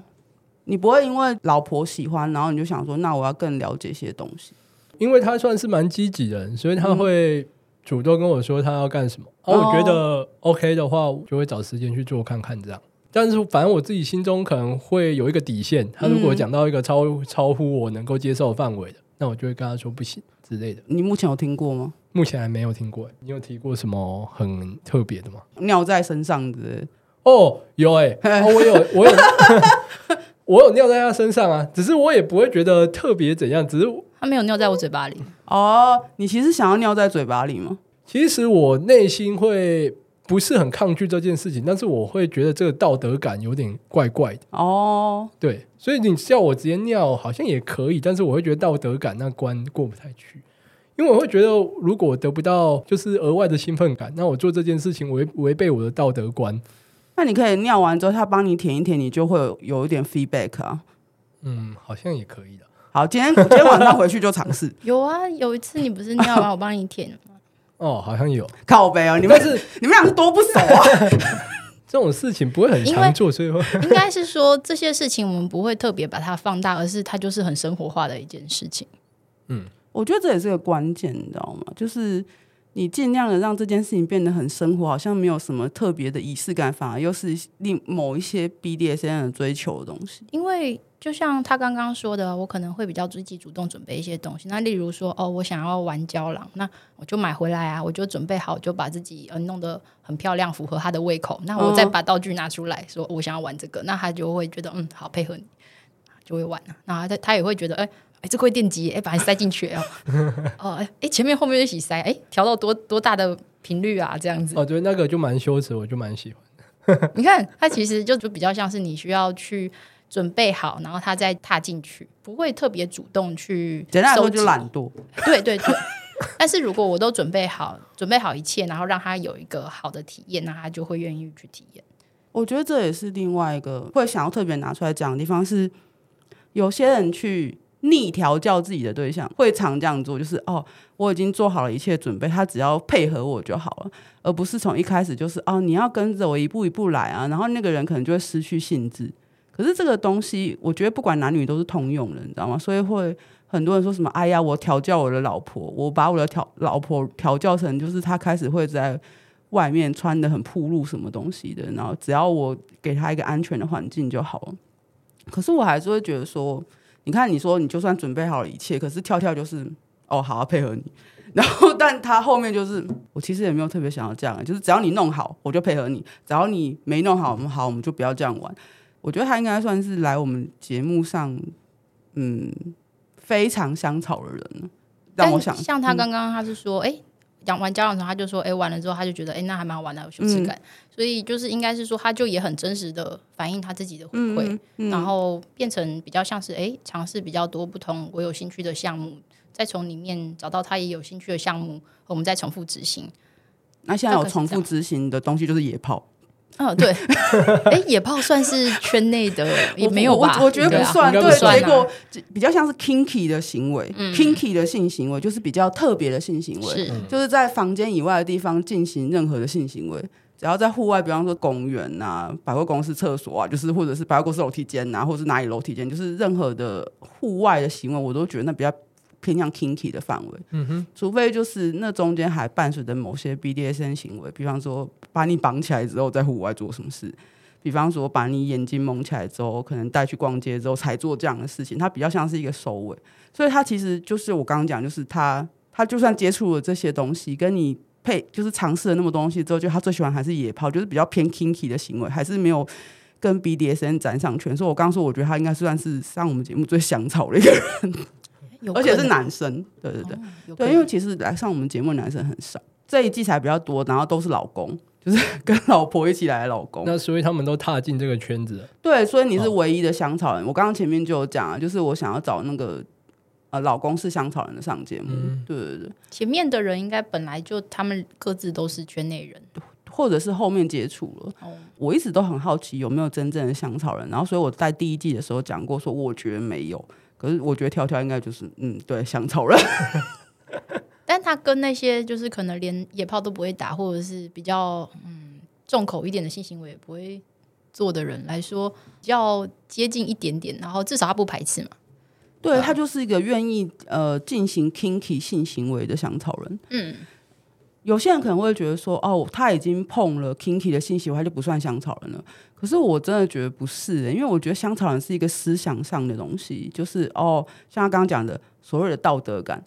B: 你不会因为老婆喜欢，然后你就想说，那我要更了解些东西。
C: 因为他算是蛮积极的人，所以他会主动跟我说他要干什么。
B: 嗯
C: 而、
B: 哦
C: 我觉得 OK 的话，我就会找时间去做看看这样。但是反正我自己心中可能会有一个底线，他
B: 嗯
C: 如果讲到一个超、超乎我能够接受的范围的，那我就会跟他说不行之类的。
B: 你目前有听过吗？
C: 目前还没有听过欸，你有提过什么很特别的吗？
B: 尿在身上之类的。
C: 哦，有哎、哦我有我有 [laughs] 我有尿在他身上啊，只是我也不会觉得特别怎样，只是
A: 他没有尿在我嘴巴里，
B: 哦，你其实想要尿在嘴巴里吗？
C: 其实我内心会不是很抗拒这件事情，但是我会觉得这个道德感有点怪怪的。
B: 哦，
C: 对，所以你叫我直接尿好像也可以，但是我会觉得道德感那关过不太去，因为我会觉得如果得不到就是额外的兴奋感，那我做这件事情违违背我的道德观。
B: 那你可以尿完之后，他帮你舔一舔，你就会有有一点 feedback 啊。
C: 嗯，好像也可以的。
B: 好，今天今天晚上回去就尝试 [laughs]
A: 有啊，有一次你不是尿完我帮你舔，
C: 哦，好像有，
B: 靠背哦。你们
C: 但是
B: 你们俩是多不熟啊？
C: 这种事情不会很
A: 因为
C: 常做，所以会 [laughs]
A: 应该是说这些事情我们不会特别把它放大，而是它就是很生活化的一件事情。
B: 我觉得这也是个关键，你知道吗？就是你尽量的让这件事情变得很生活，好像没有什么特别的仪式感，反而又是另某一些 BDSM 的追求的东西。
A: 因为就像他刚刚说的，我可能会比较积极主动准备一些东西。那例如说，哦，我想要玩胶囊，那我就买回来啊，我就准备好，就把自己呃弄得很漂亮，符合他的胃口。那我再把道具拿出来说，我想要玩这个，那他就会觉得嗯，好配合你，就会玩了、然后他他也会觉得，哎、哎、这个会电击，哎、把你塞进去哦， [laughs] 哦，哎、哎前面后面一起塞，哎、调到多多大的频率啊，这样子。
C: 哦，对，那个就蛮羞耻，我就蛮喜欢。
A: [laughs] 你看，它其实就就比较像是你需要去准备好，然后它再踏进去，不会特别主动去
B: 简单来说，
A: 收集
B: 就懒惰。
A: 对对 [laughs] 对。但是如果我都准备好，准备好一切，然后让他有一个好的体验，那他就会愿意去体验。
B: 我觉得这也是另外一个会想要特别拿出来讲的地方是，有些人去逆调教自己的对象，会常这样做，就是哦，我已经做好了一切准备，他只要配合我就好了，而不是从一开始就是哦，你要跟着我一步一步来啊，然后那个人可能就会失去兴致。可是这个东西，我觉得不管男女都是通用的，你知道吗？所以会很多人说什么“哎呀，我调教我的老婆，我把我的调老婆调教成就是她开始会在外面穿的很暴露什么东西的，然后只要我给他一个安全的环境就好了。可是我还是会觉得说，你看你说你就算准备好了一切，可是跳跳就是哦好、啊、配合你，然后但他后面就是我其实也没有特别想要这样，就是只要你弄好我就配合你，只要你没弄好我们好我们就不要这样玩。我觉得他应该算是来我们节目上，嗯，非常香草的人了，让我
A: 但
B: 想嗯
A: 像他刚刚他是说，哎、讲玩交往的时候，他就说，哎、玩了之后，他就觉得，哎、那还蛮好玩的，有羞耻感。
B: 嗯
A: 所以就是应该是说，他就也很真实的反映他自己的回
B: 嗯
A: 馈，然后变成比较像是，哎、尝试比较多不同我有兴趣的项目，再从里面找到他也有兴趣的项目，我们再重复执行。
B: 那现在
A: 大
B: 有
A: 概是
B: 重
A: 这
B: 复
A: 样
B: 执行的东西就是野炮。
A: 嗯、
B: [laughs]
A: 对，哎、野炮算是圈内的，也
B: 我
A: 没有
B: 我
A: 吧？
B: 我我觉得
A: 对
B: 不
A: 啊嗯
B: 算，
C: 应该不
B: 对，
C: 算
B: 结果比较像是 kinky 的行为、k i n k y 的性行为就是比较特别的性行为，
A: 是
B: 就是在房间以外的地方进行任何的性行为。只要在户外，比方说公园呐、百货公司厕所啊，就是或者是百货公司楼梯间呐、或者是哪里楼梯间，就是任何的户外的行为，我都觉得那比较偏向 kinky 的范围。嗯哼，除非就是那中间还伴随着某些 BDSM 行为，比方说把你绑起来之后在户外做什么事，比方说把你眼睛蒙起来之后，可能带去逛街之后才做这样的事情，它比较像是一个收尾。所以它其实就是我刚刚讲，就是它。他就算接触了这些东西，跟你配就是尝试了那么多东西之后，就他最喜欢还是野炮，就是比较偏 kinky 的行为，还是没有跟 BDSN 沾上圈。所以我刚说，我觉得他应该算是上我们节目最香草的一个人，
A: 有
B: 而且是
A: 可能
B: 男生。对对对。
A: 哦有可
B: 对，
A: 能
B: 因为其实来上我们节目的男生很少，这一季才比较多，然后都是老公，就是 [laughs] 跟老婆一起来的老公。
C: 那所以他们都踏进这个圈子了，
B: 对，所以你是
C: 哦
B: 唯一的香草人。我刚刚前面就有讲啊，就是我想要找那个呃老公是香草人的上节目，
C: 嗯
B: 对对对，
A: 前面的人应该本来就他们各自都是圈内人
B: 或者是后面接触了。
A: 哦，
B: 我一直都很好奇有没有真正的香草人，然后所以我在第一季的时候讲过，说我觉得没有。可是我觉得条条应该就是嗯，对，香草人，
A: 但他跟那些就是可能连野炮都不会打，或者是比较嗯重口一点的性行为也不会做的人来说，比较接近一点点，然后至少他不排斥嘛。
B: 对他就是一个愿意呃进行 kinky 性行为的香草人。
A: 嗯，
B: 有些人可能会觉得说，哦，他已经碰了 kinky 的信息，他就不算香草人了。可是我真的觉得不是、欸因为我觉得香草人是一个思想上的东西，就是哦，像他刚刚讲的所谓的道德感，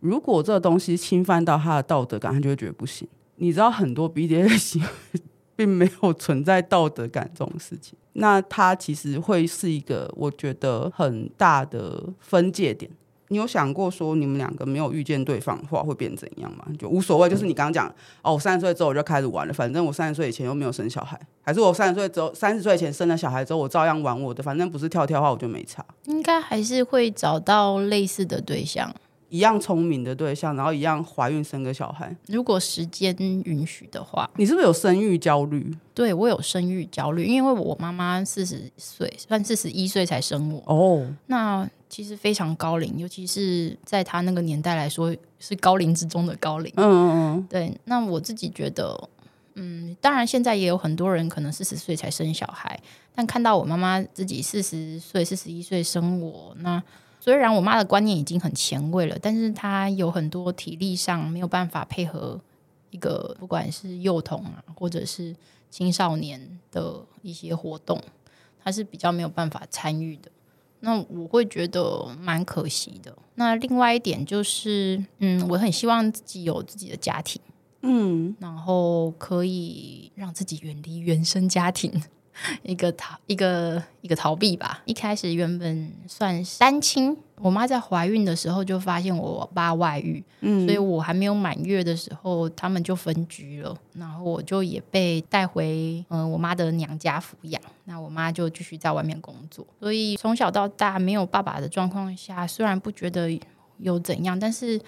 B: 如果这个东西侵犯到他的道德感，他就会觉得不行。你知道很多 BDS 行为并没有存在道德感这种事情， [laughs] 那它其实会是一个我觉得很大的分界点。你有想过说你们两个没有遇见对方的话会变怎样吗？就无所谓，就是你刚刚讲哦，我三十岁之后我就开始玩了，反正我三十岁以前又没有生小孩，还是我哦三十岁之后三十岁以前生了小孩之后我照样玩我的，反正不是跳跳的话我就没差，
A: 应该还是会找到类似的对象，
B: 一样聪明的对象，然后一样怀孕生个小孩。
A: 如果时间允许的话。
B: 你是不是有生育焦虑？
A: 对我有生育焦虑，因为我妈妈四十岁，算四十一岁才生我，
B: 哦，
A: 那其实非常高龄，尤其是在她那个年代来说，是高龄之中的高龄。
B: 嗯嗯
A: 对，那我自己觉得，嗯，当然现在也有很多人可能四十岁才生小孩，但看到我妈妈自己四十岁、四十一岁生我，那虽然我妈的观念已经很前卫了，但是她有很多体力上没有办法配合一个不管是幼童啊，或者是青少年的一些活动，她是比较没有办法参与的。那我会觉得蛮可惜的。那另外一点就是，嗯，我很希望自己有自己的家庭。
B: 嗯
A: 然后可以让自己远离原生家庭， [laughs] 一个逃一个一个逃避吧。一开始原本算是单亲，我妈在怀孕的时候就发现我爸外遇，
B: 嗯
A: 所以我还没有满月的时候，他们就分居了，然后我就也被带回嗯、呃我妈的娘家抚养，那我妈就继续在外面工作，所以从小到大没有爸爸的状况下，虽然不觉得有怎样，但是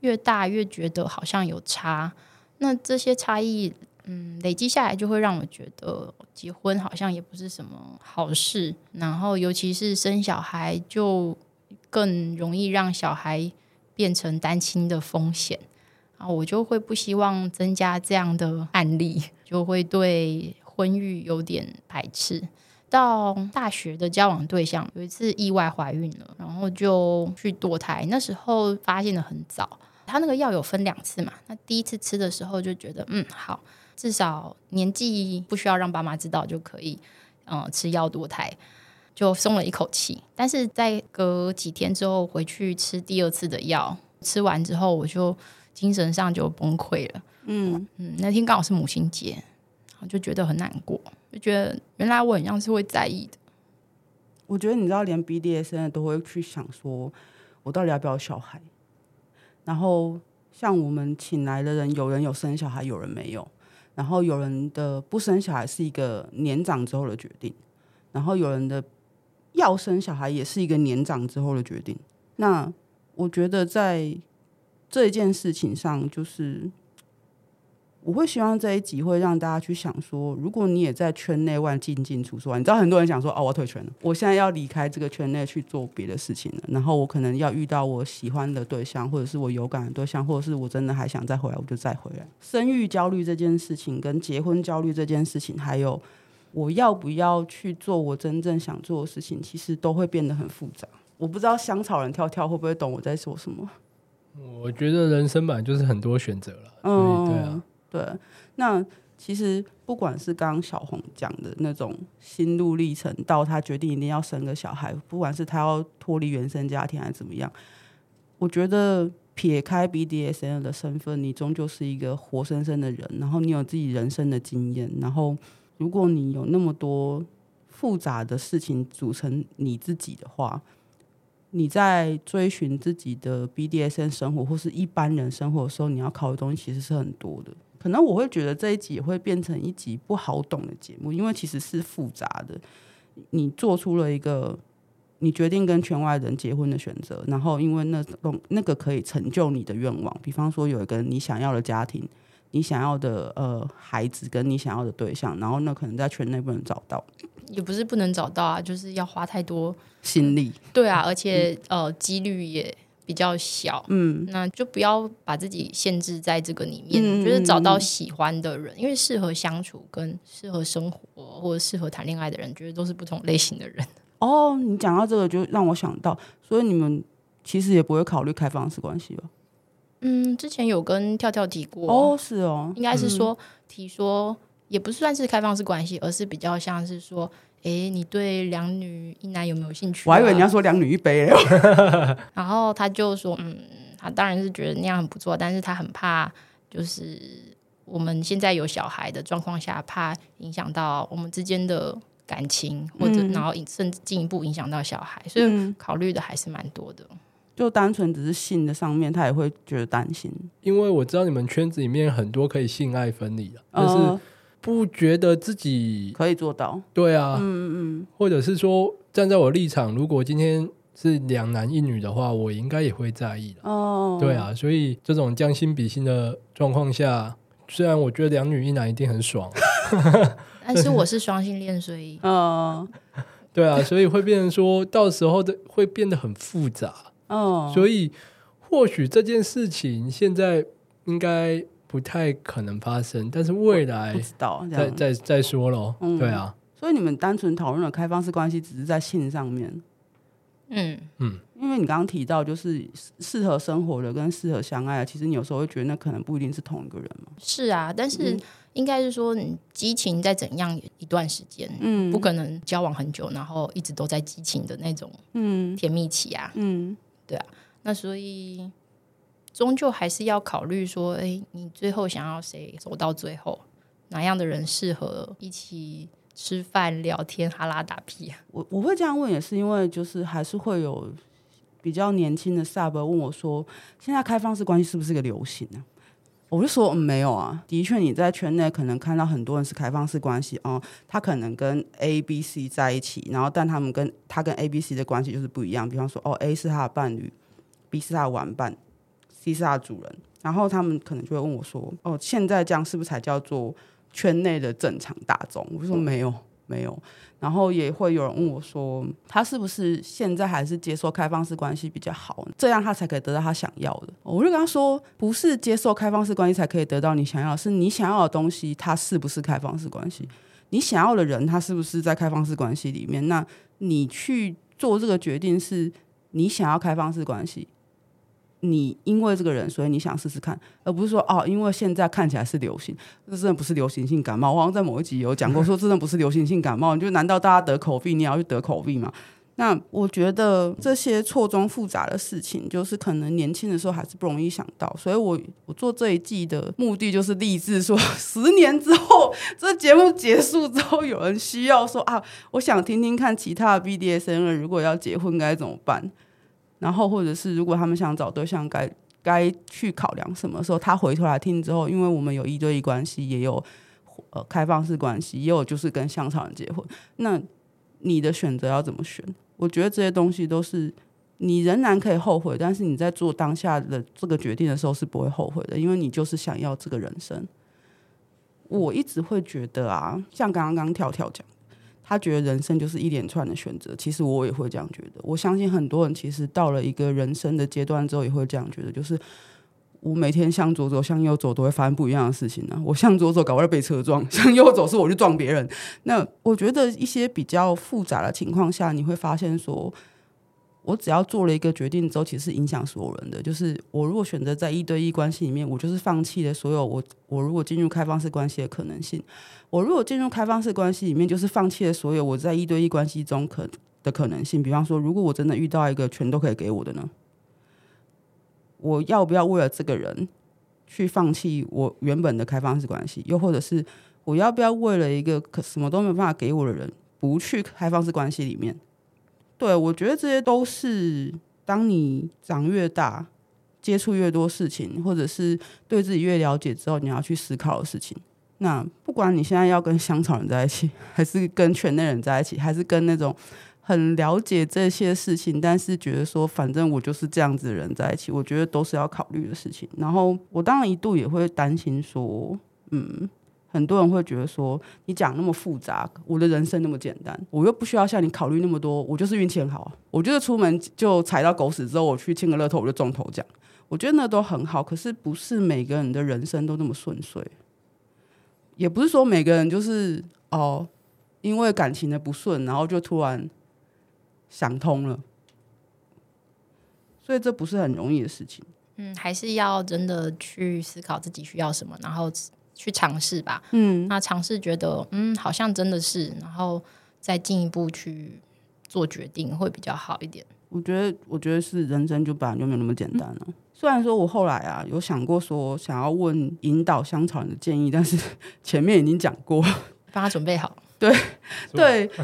A: 越大越觉得好像有差，那这些差异。嗯，累积下来就会让我觉得结婚好像也不是什么好事，然后尤其是生小孩，就更容易让小孩变成单亲的风险啊，我就会不希望增加这样的案例，就会对婚育有点排斥。到大学的交往对象有一次意外怀孕了，然后就去堕胎，那时候发现的很早。他那个药有分两次嘛，那第一次吃的时候就觉得嗯好，至少年纪不需要让爸妈知道就可以，嗯、吃药堕胎。就松了一口气。但是在隔几天之后回去吃第二次的药，吃完之后我就精神上就崩溃了。
B: 嗯，
A: 嗯，那天刚好是母亲节，我就觉得很难过，就觉得原来我很像是会在意的。
B: 我觉得你知道，连 BDSN 的都会去想说，我到底要不要小孩？然后像我们请来的人，有人有生小孩，有人没有。然后有人的不生小孩是一个年长之后的决定，然后有人的要生小孩也是一个年长之后的决定。那我觉得在这件事情上，就是我会希望这一集会让大家去想说，如果你也在圈内外进进出出啊，你知道很多人想说，哦，我要退圈了，我现在要离开这个圈内去做别的事情了，然后我可能要遇到我喜欢的对象，或者是我有感的对象，或者是我真的还想再回来，我就再回来。生育焦虑这件事情，跟结婚焦虑这件事情，还有我要不要去做我真正想做的事情，其实都会变得很复杂。我不知道香草人跳跳会不会懂我在说什么。
C: 我觉得人生本来就是很多选择了，所以对啊
B: 嗯，，对。那其实不管是刚刚小红讲的那种心路历程，到她决定一定要生个小孩，不管是她要脱离原生家庭还是怎么样，我觉得撇开 BDSN 的身份，你终究是一个活生生的人，然后你有自己人生的经验，然后如果你有那么多复杂的事情组成你自己的话，你在追寻自己的 BDSN 生活或是一般人生活的时候，你要考虑的东西其实是很多的。可能我会觉得这一集也会变成一集不好懂的节目，因为其实是复杂的。你做出了一个你决定跟圈外人结婚的选择，然后因为那种那个可以成就你的愿望，比方说有一个你想要的家庭，你想要的呃孩子跟你想要的对象，然后那可能在圈内不能找到
A: 也不是不能找到啊，就是要花太多。
B: 心力，
A: 对啊，而且、呃，几率也比较小。
B: 嗯，
A: 那就不要把自己限制在这个里面，
B: 嗯
A: 就是找到喜欢的人，因为适合相处、跟适合生活或者适合谈恋爱的人，觉得都是不同类型的人。
B: 哦，你讲到这个就让我想到，所以你们其实也不会考虑开放式关系吧？
A: [laughs] 嗯，之前有跟跳跳提过，啊
B: 哦，是哦，
A: 应该是说、提说，也不算是开放式关系，而是比较像是说，诶，你对两女一男有没有兴趣、
B: 我
A: 啊？
B: 还以为你要说两女一杯嘞，
A: 然后他就说，嗯，他当然是觉得那样很不错，但是他很怕，就是我们现在有小孩的状况下，怕影响到我们之间的感情，或者、然后甚至进一步影响到小孩，所以考虑的还是蛮多的。
B: [laughs] 就单纯只是性的上面，他也会觉得担心。
C: 因为我知道你们圈子里面很多可以性爱分离的，但是
B: 呃，
C: 不觉得自己
B: 可以做到，
C: 对啊，嗯嗯，或者是说站在我立场，如果今天是两男一女的话，我应该也会在意的。
B: 哦，
C: 对，啊，所以这种将心比心的状况下，虽然我觉得两女一男一定很爽，
A: 但是我是双性恋，所以
B: 呃，[laughs]
C: 对啊，所以会变成说到时候的会变得很复杂，
B: 哦，
C: 所以或许这件事情现在应该不太可能发生，但是未来
B: 不知道嗯这
C: 再
B: 样。
C: 再再说咯。对啊，
B: 所以你们单纯讨论的开放式关系，只是在性上面，
A: 嗯，
B: 因为你刚刚提到就是适适合生活的跟适合相爱的，其实你有时候会觉得那可能不一定是同一个人嘛。
A: 是啊，但是应该是说，你激情再怎样一段时间，
B: 嗯
A: 不可能交往很久，然后一直都在激情的那种
B: 嗯
A: 甜蜜期啊。
B: 嗯，
A: 那所以终究还是要考虑说，哎、你最后想要谁走到最后，哪样的人适合一起吃饭、聊天、哈拉打屁啊？ [laughs]
B: 我我会这样问，也是因为就是还是会有比较年轻的 sub 问我说，现在开放式关系是不是个流行啊？我就说、嗯、没有啊，的确你在圈内可能看到很多人是开放式关系哦、他可能跟 A、B、C 在一起，然后但他们跟他跟 A、B、C 的关系就是不一样。比方说，哦，A 是他的伴侣，B 是他的玩伴，C 是他的主人。然后他们可能就会问我说，哦，现在这样是不是才叫做圈内的正常大众？我就说没有，没有。然后也会有人问我说，他是不是现在还是接受开放式关系比较好，这样他才可以得到他想要的？我就跟他说，不是接受开放式关系才可以得到你想要的，是你想要的东西，它是不是开放式关系？你想要的人，他是不是在开放式关系里面？那你去做这个决定，是你想要开放式关系，你因为这个人，所以你想试试看，而不是说哦，因为现在看起来是流行，这真的不是流行性感冒。我好像在某一集有讲过，说真的不是流行性感冒，你就难道大家得口病，你也要去得口病吗？那我觉得这些错综复杂的事情，就是可能年轻的时候还是不容易想到，所以我我做这一季的目的就是立志说，十年之后这节目结束之后，有人需要说啊，我想听听看其他的 BDSM 人如果要结婚该怎么办，然后或者是如果他们想找对象该该去考量什么时候，他回头来听之后，因为我们有一对一关系，也有呃开放式关系，也有就是跟香草人结婚，那你的选择要怎么选？我觉得这些东西都是你仍然可以后悔，但是你在做当下的这个决定的时候是不会后悔的，因为你就是想要这个人生。我一直会觉得啊，像刚刚刚跳跳讲，他觉得人生就是一连串的选择。其实我也会这样觉得。我相信很多人其实到了一个人生的阶段之后，也会这样觉得，就是我每天向左走、向右走都会发生不一样的事情呢、啊我向左走，搞不好被车撞；向右走，是我去撞别人。那我觉得一些比较复杂的情况下，你会发现说，我只要做了一个决定之后，其实是影响所有人的。就是我如果选择在一对一关系里面，我就是放弃了所有我我如果进入开放式关系的可能性；我如果进入开放式关系里面，就是放弃了所有我在一对一关系中可的可能性。比方说，如果我真的遇到一个全都可以给我的呢？我要不要为了这个人去放弃我原本的开放式关系？又或者是我要不要为了一个可什么都没办法给我的人，不去开放式关系里面？对我觉得这些都是当你长越大，接触越多事情，或者是对自己越了解之后，你要去思考的事情。那不管你现在要跟香草人在一起，还是跟圈内人在一起，还是跟那种很了解这些事情，但是觉得说反正我就是这样子的人在一起，我觉得都是要考虑的事情。然后我当然一度也会担心说，嗯，很多人会觉得说你讲那么复杂，我的人生那么简单，我又不需要像你考虑那么多，我就是运气很好啊，我就是出门就踩到狗屎之后，我去签个乐透我就中头奖，我觉得那都很好。可是不是每个人的人生都那么顺遂。也不是说每个人就是哦，因为感情的不顺，然后就突然想通了，所以这不是很容易的事情。
A: 嗯，还是要真的去思考自己需要什么，然后去尝试吧。
B: 嗯，
A: 那尝试觉得嗯，好像真的是，然后再进一步去做决定会比较好一点。
B: 我觉得，我觉得是人生就本来就没有那么简单了、虽然说我后来啊有想过说想要问引导香草人的建议，但是前面已经讲过，
A: 帮他准备好，
B: 对，
C: [laughs]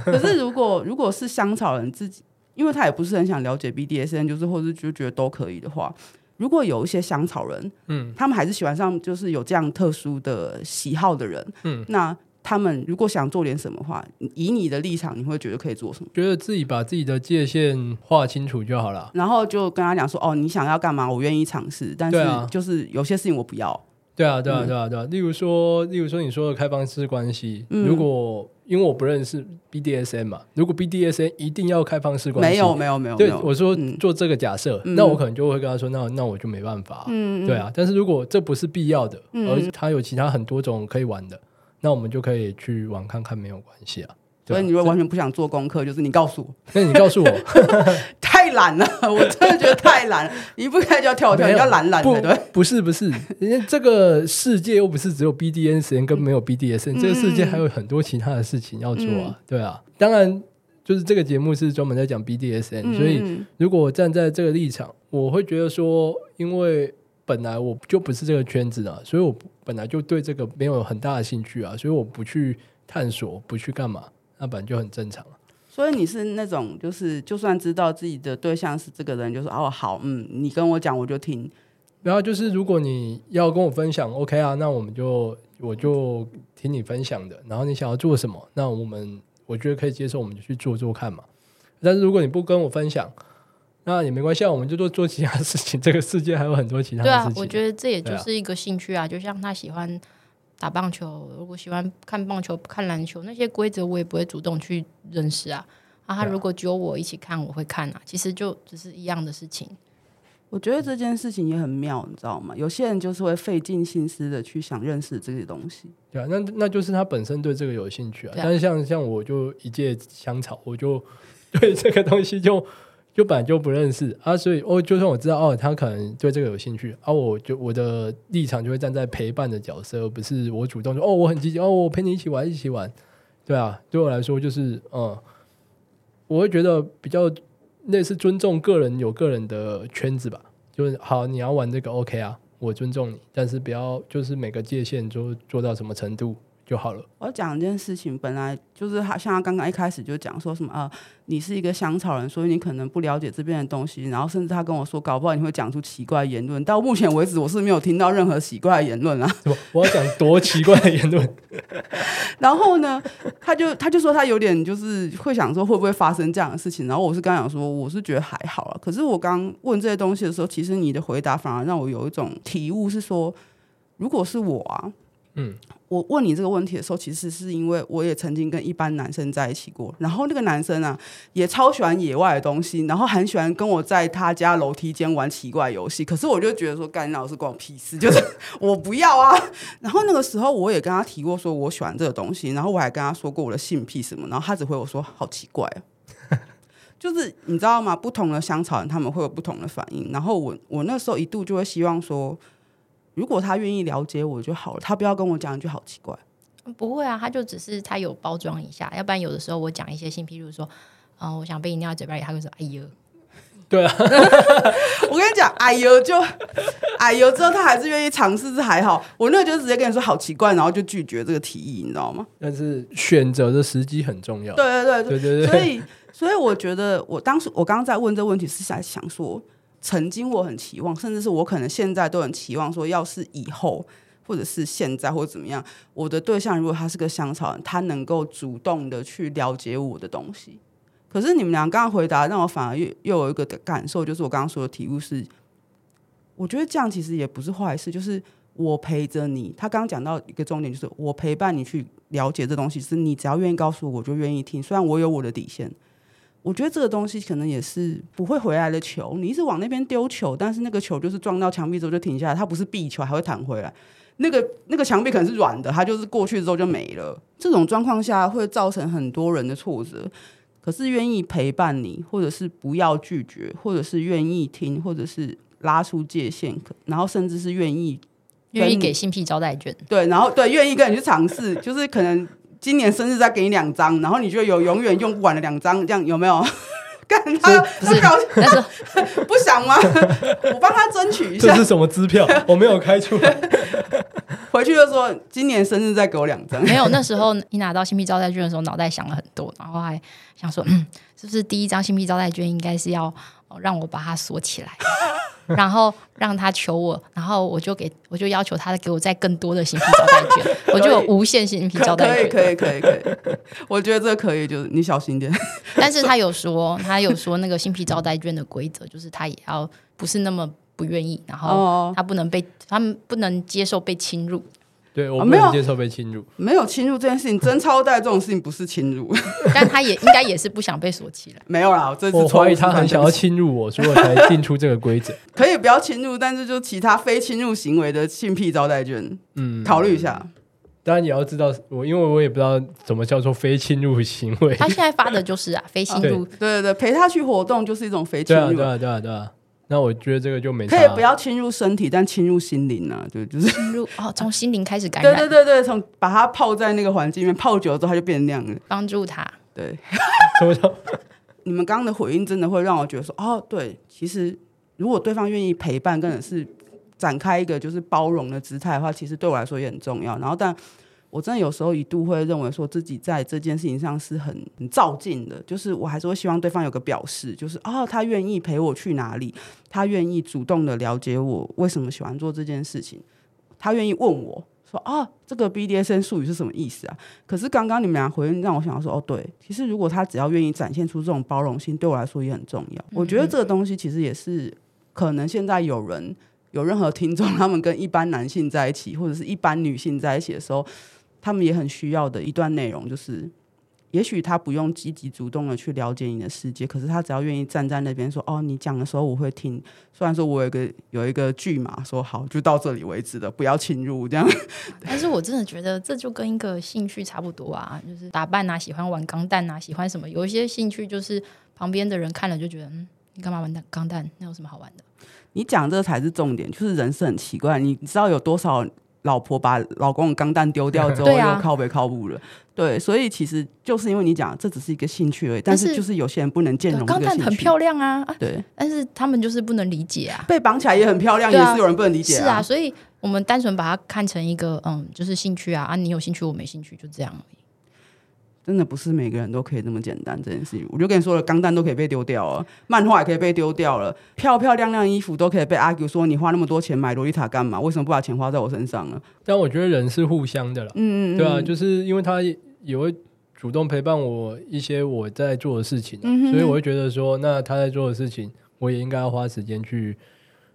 B: 可是如果如果是香草人自己，因为他也不是很想了解 BDSN，就是或是就觉得都可以的话，如果有一些香草人，嗯，他们还是喜欢上就是有这样特殊的喜好的人，嗯，那他们如果想做点什么话，以你的立场，你会觉得可以做什么？
C: 觉得自己把自己的界限划清楚就好了。
B: 然后就跟他讲说，哦，你想要干嘛？我愿意尝试，但
C: 对
B: 是
C: 啊
B: 就是有些事情我不要。
C: 对啊，对
B: 嗯
C: 啊，对啊，对啊。例如说，例如说你说的开放式关系，
B: 嗯
C: 如果因为我不认识 BDSM 嘛，如果 BDSM 一定要开放式关系，
B: 没有，没有，没有，没
C: 对，
B: 有。
C: 我说
B: 嗯
C: 做这个假设，
B: 嗯
C: 那我可能就会跟他说，那那我就没办法、
B: 嗯
C: 对，啊。但是如果这不是必要的，
B: 嗯
C: 而他有其他很多种可以玩的，那我们就可以去玩看看，没有关系啊。对
B: 所
C: 啊
B: 以你如果完全不想做功课，就是你告诉我， [laughs]
C: 那你告诉我，
B: 太懒了，我真的觉得太懒了。你不该叫跳跳，你
C: 没有
B: 叫懒懒
C: 不
B: 才对。，
C: 不是不是，人家这个世界又不是只有 BDSN 跟没有
B: 嗯
C: BDSN，、这个世界还有很多其他的事情要做啊，对啊。当然，就是这个节目是专门在讲 BDSN，、所以
B: 嗯
C: 如果我站在这个立场，我会觉得说，因为本来我就不是这个圈子啊，所以我不本来就对这个没有很大的兴趣啊，所以我不去探索，不去干嘛，那本来就很正常啊。
B: 所以你是那种就是就算知道自己的对象是这个人，就是哦好，嗯，你跟我讲我就听。
C: 然后就是，如果你要跟我分享，OK 啊，那我们就我就听你分享的。然后你想要做什么，那我们我觉得可以接受，我们就去做做看嘛。但是如果你不跟我分享，那也没关系，啊，我们就做做其他事情。这个世界还有很多其他
A: 对
C: 的
A: 啊
C: 事，情。
A: 我觉得这也
C: 对
A: 就
C: 啊
A: 是一个兴趣啊，就像他喜欢打棒球，如果喜欢看棒球、看篮球，那些规则我也不会主动去认识啊。啊，他
C: 对啊
A: 如果揪我一起看，我会看啊。其实就只是一样的事情，
B: 我觉得这件事情也很妙，你知道吗？有些人就是会费尽心思的去想认识这些东西。
C: 对啊，那那就是他本身对这个有兴趣啊。
A: 对啊
C: 但是像像我就一介香草，我就对这个东西就就本来就不认识啊，所以哦，就算我知道哦，他可能对这个有兴趣啊，我就我的立场就会站在陪伴的角色，而不是我主动说哦，我很积极哦，我陪你一起玩一起玩。对啊，对我来说就是嗯，我会觉得比较类似尊重个人有个人的圈子吧，就是好你要玩这个 OK 啊，我尊重你，但是不要就是每个界限就做到什么程度就好了。 [laughs]
B: 我要讲一件事情，本来就是他像他刚刚一开始就讲说什么呃，你是一个香草人，所以你可能不了解这边的东西，然后甚至他跟我说，搞不好你会讲出奇怪的言论。到目前为止，我是没有听到任何奇怪的言论啊。
C: 什么？我要讲多奇怪的言论？ [laughs]
B: [laughs] 然后呢，他就他就说他有点就是会想说会不会发生这样的事情。然后我是刚讲说我是觉得还好啊，可是我刚问这些东西的时候，其实你的回答反而让我有一种体悟，是说如果是我啊，
C: 嗯，
B: 我问你这个问题的时候，其实是因为我也曾经跟一般男生在一起过，然后那个男生啊也超喜欢野外的东西，然后很喜欢跟我在他家楼梯间玩奇怪游戏。可是我就觉得说，干你老师关我屁事，就是 [laughs] 我不要啊。然后那个时候我也跟他提过说我喜欢这个东西，然后我还跟他说过我的性癖什么，然后他只回我说好奇怪啊。 [laughs] 就是你知道吗？不同的香草人他们会有不同的反应。然后我我那时候一度就会希望说，如果他愿意了解我就好了，他不要跟我讲一句好奇怪。 [laughs]
A: 不会啊，他就只是他有包呃装一下，要不然有的时候我讲一些性，譬如说，嗯、我想被饮料在嘴巴里，他会说，哎呦，
C: 对啊，
B: 我跟你讲，哎呦就，哎呦，之后他还是愿意尝试，是还好。我那个就直接跟你说好奇怪，然后就拒绝这个提议，你知道吗？
C: 但是选择的时机很重要。
B: 对对对，
C: 对对
B: 所
C: 对，
B: 以，所以我觉得，我当时我刚刚在问这问题，是想想说，曾经我很期望，甚至是我可能现在都很期望，说要是以后，或者是现在，或者怎么样，我的对象如果他是个香草人，他能够主动的去了解我的东西。可是你们俩刚刚回答，让我反而又又有一个感受，就是我刚刚说的体悟是，我觉得这样其实也不是坏事，就是我陪着你。他刚刚讲到一个重点，就是我陪伴你去了解这东西，是你只要愿意告诉我，我就愿意听。虽然我有我的底线，我觉得这个东西可能也是不会回来的球，你一直往那边丢球，但是那个球就是撞到墙壁之后就停下来，它不是壁球还会弹回来。那个那个墙壁可能是软的，它就是过去之后就没了。这种状况下会造成很多人的挫折。可是愿意陪伴你，或者是不要拒绝，或者是愿意听，或者是拉出界限，可然后甚至是愿意
A: 愿意
B: 跟你
A: 给性癖招待
C: [laughs]
A: 券，
B: 对，然后对愿意跟你去尝试，就是可能今年生日再给你两张，然后你就有永远用不完的两张，这样有没有？干他
A: 不是
B: 他搞
A: 但是
B: 不想吗？我帮他争取一
C: [laughs] 这
B: 下
C: 是，什么支
B: [laughs]
C: 票？我没有开出来。
B: 回去就说今年生日再给我两张。
A: [laughs] 没有，那时候你拿到新币招待券的时候，脑袋想了很多，然后还想说，嗯，是不是第一张新币招待券应该是要、哦让我把它锁起来， [laughs] 然后让他求我，然后我就给我就要求他给我再更多的新币招待
B: [laughs]
A: 券，我就有无限新币
B: 可
A: 招
B: 可
A: 待
B: 以 [laughs]
A: 券。
B: 可以可以可以，我觉得这可以，就是你小心点。
A: 但是他有说，他有说那个新币招待券的规则就是他也要不是那么不愿意，然后
B: 哦，
A: 他不能被他们不能接受被侵入，
C: 对我
B: 啊
C: 不
B: 没有
C: 能接受被侵入。
B: 没有侵入这件事情，真超贷这种事情不是侵入，
A: 但他也应该也是不想被锁起来。
B: 没有啦，我这次
C: 我怀疑他
B: 很
C: 很想要侵入我，所以我才定出这
B: [laughs]
C: 个规则。
B: 可以不要侵入，但是就其他非侵入行为的性癖招待券，
C: 嗯，
B: 考虑一下。
C: 当然也要知道我，因为我也不知道怎么叫做非侵入行为。
A: 他现在发的就是啊，非侵入
B: 对对对，陪他去活动就是一种非侵
C: 对啊，
B: 入，
C: 对啊，对啊，对啊。那我觉得这个就没
B: 可以
C: 差啊
B: 不要侵入身体，但侵入心灵啊，对，就是
A: 侵入哦，从心灵开始感
B: 啊对
A: 染，
B: 对对对，从把它泡在那个环境里面，泡久了之后它就变那样了。
A: 帮助他。 [laughs]
B: 对，
C: [laughs] 什么叫
B: 你们刚刚的回应真的会让我觉得说，哦，对，其实如果对方愿意陪伴，跟者是展开一个就是包容的姿态的话，其实对我来说也很重要。然后，但我真的有时候一度会认为说自己在这件事情上是很很照进的，就是我还是会希望对方有个表示，就是哦，他愿意陪我去哪里，他愿意主动的了解我为什么喜欢做这件事情，他愿意问我。说哦，这个 BDSN 术语是什么意思啊？可是刚刚你们俩回应让我想到说，哦，对，其实如果他只要愿意展现出这种包容性，对我来说也很重要。我觉得这个东西其实也是可能现在有人有任何听众，他们跟一般男性在一起，或者是一般女性在一起的时候，他们也很需要的一段内容，就是也许他不用积极主动的去了解你的世界，可是他只要愿意站在那边说，哦，你讲的时候我会听。虽然说我有一个有一个句嘛，说好就到这里为止的，不要侵入这样。
A: 但是我真的觉得这就跟一个兴趣差不多啊，就是打扮啊，喜欢玩钢弹啊，喜欢什么，有一些兴趣就是旁边的人看了就觉得，嗯，你干嘛玩钢弹？那有什么好玩的？
B: 你讲这才是重点，就是人是很奇怪，你知道有多少老婆把老公的钢蛋丢掉
A: [laughs]
B: 之后
A: 对啊
B: 又靠北靠步了，对，所以其实就是因为你讲这只是一个兴趣而已，但
A: 但
B: 是
A: 是
B: 就是有些人不能兼容这
A: 钢
B: 个
A: 弹
B: 兴趣，
A: 很漂亮啊啊，
B: 对，
A: 但是他们就是不能理解啊。
B: 被绑起来也很漂亮，
A: 对啊
B: 也是有人不能理解
A: 是啊，，所以我们单纯把它看成一个，嗯，就是兴趣啊，啊，你有兴趣，我没兴趣，就这样而已。
B: 真的不是每个人都可以这么简单这件事情。我就跟你说了，钢蛋都可以被丢掉了，漫画也可以被丢掉了，漂漂亮亮的衣服都可以被 argue 说你花那么多钱买洛丽塔干嘛？为什么不把钱花在我身上呢？
C: 但我觉得人是互相的啦，嗯嗯，对啊，就是因为他也会主动陪伴我一些我在做的事情啊、所以我会觉得说，那他在做的事情，我也应该要花时间去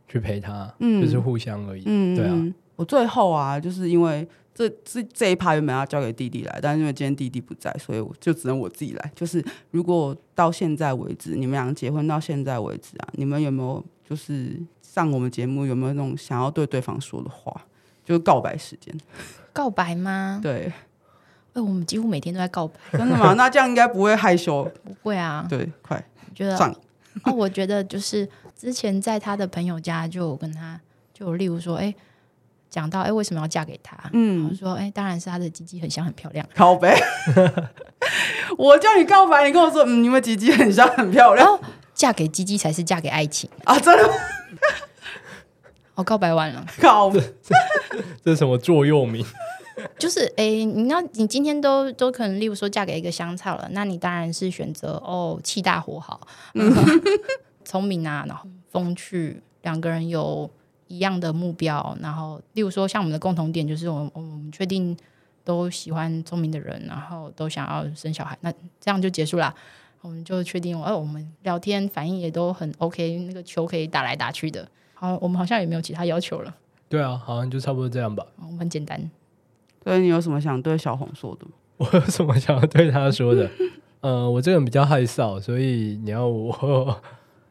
C: 去陪他，
B: 嗯
C: 就是互相而已，
B: 嗯，
C: 对啊，
B: 嗯我最后啊，就是因为这这这一趴原本要交给弟弟来，但是因为今天弟弟不在，所以我就只能我自己来。就是如果到现在为止，你们俩结婚到现在为止啊，你们有没有就是上我们节目有没有那种想要对对方说的话？就是告白时
C: [laughs]
B: 间，
A: 告白吗？
B: 对，
A: 哎、我们几乎每天都在告白，
B: 真的吗？那这样应该不会害羞，
A: 不会啊，
B: 对，快
A: 我觉得
B: 上，
A: [laughs] 哦，我觉得就是之前在他的朋友家就有跟他，就有例如说，哎、讲到哎、为什么要嫁给他？嗯，我说哎、当然是他的鸡鸡很香很漂亮。
B: 靠
C: [laughs]
B: 背。我叫你告白，你跟我说，嗯，因为吉吉很像，很漂
A: 然
B: 亮，
A: 后嫁给鸡鸡才是嫁给爱情。
B: 啊，真的吗
A: 我、告白完了，
B: 靠，
C: 这是什么座右铭？ [laughs]
A: 就是诶，你要你今天都都可能，例如说嫁给一个香草了，那你当然是选择哦气大活好， [laughs] 聪明啊，然后风趣，两个人有一样的目标，然后例如说像我们的共同点就是我们我们确定都喜欢聪明的人，然后都想要生小孩，那这样就结束啦。我们就确定，哦，我们聊天反应也都很 OK，那个球可以打来打去的。好，我们好像也没有其他要求了，
C: 对啊，好像就差不多这样吧。
A: 我们很简单。
B: 所以你有什么想对小红说的吗？
C: 我有什么想要对他说的？呃，我这个人比较害臊，所以你要我，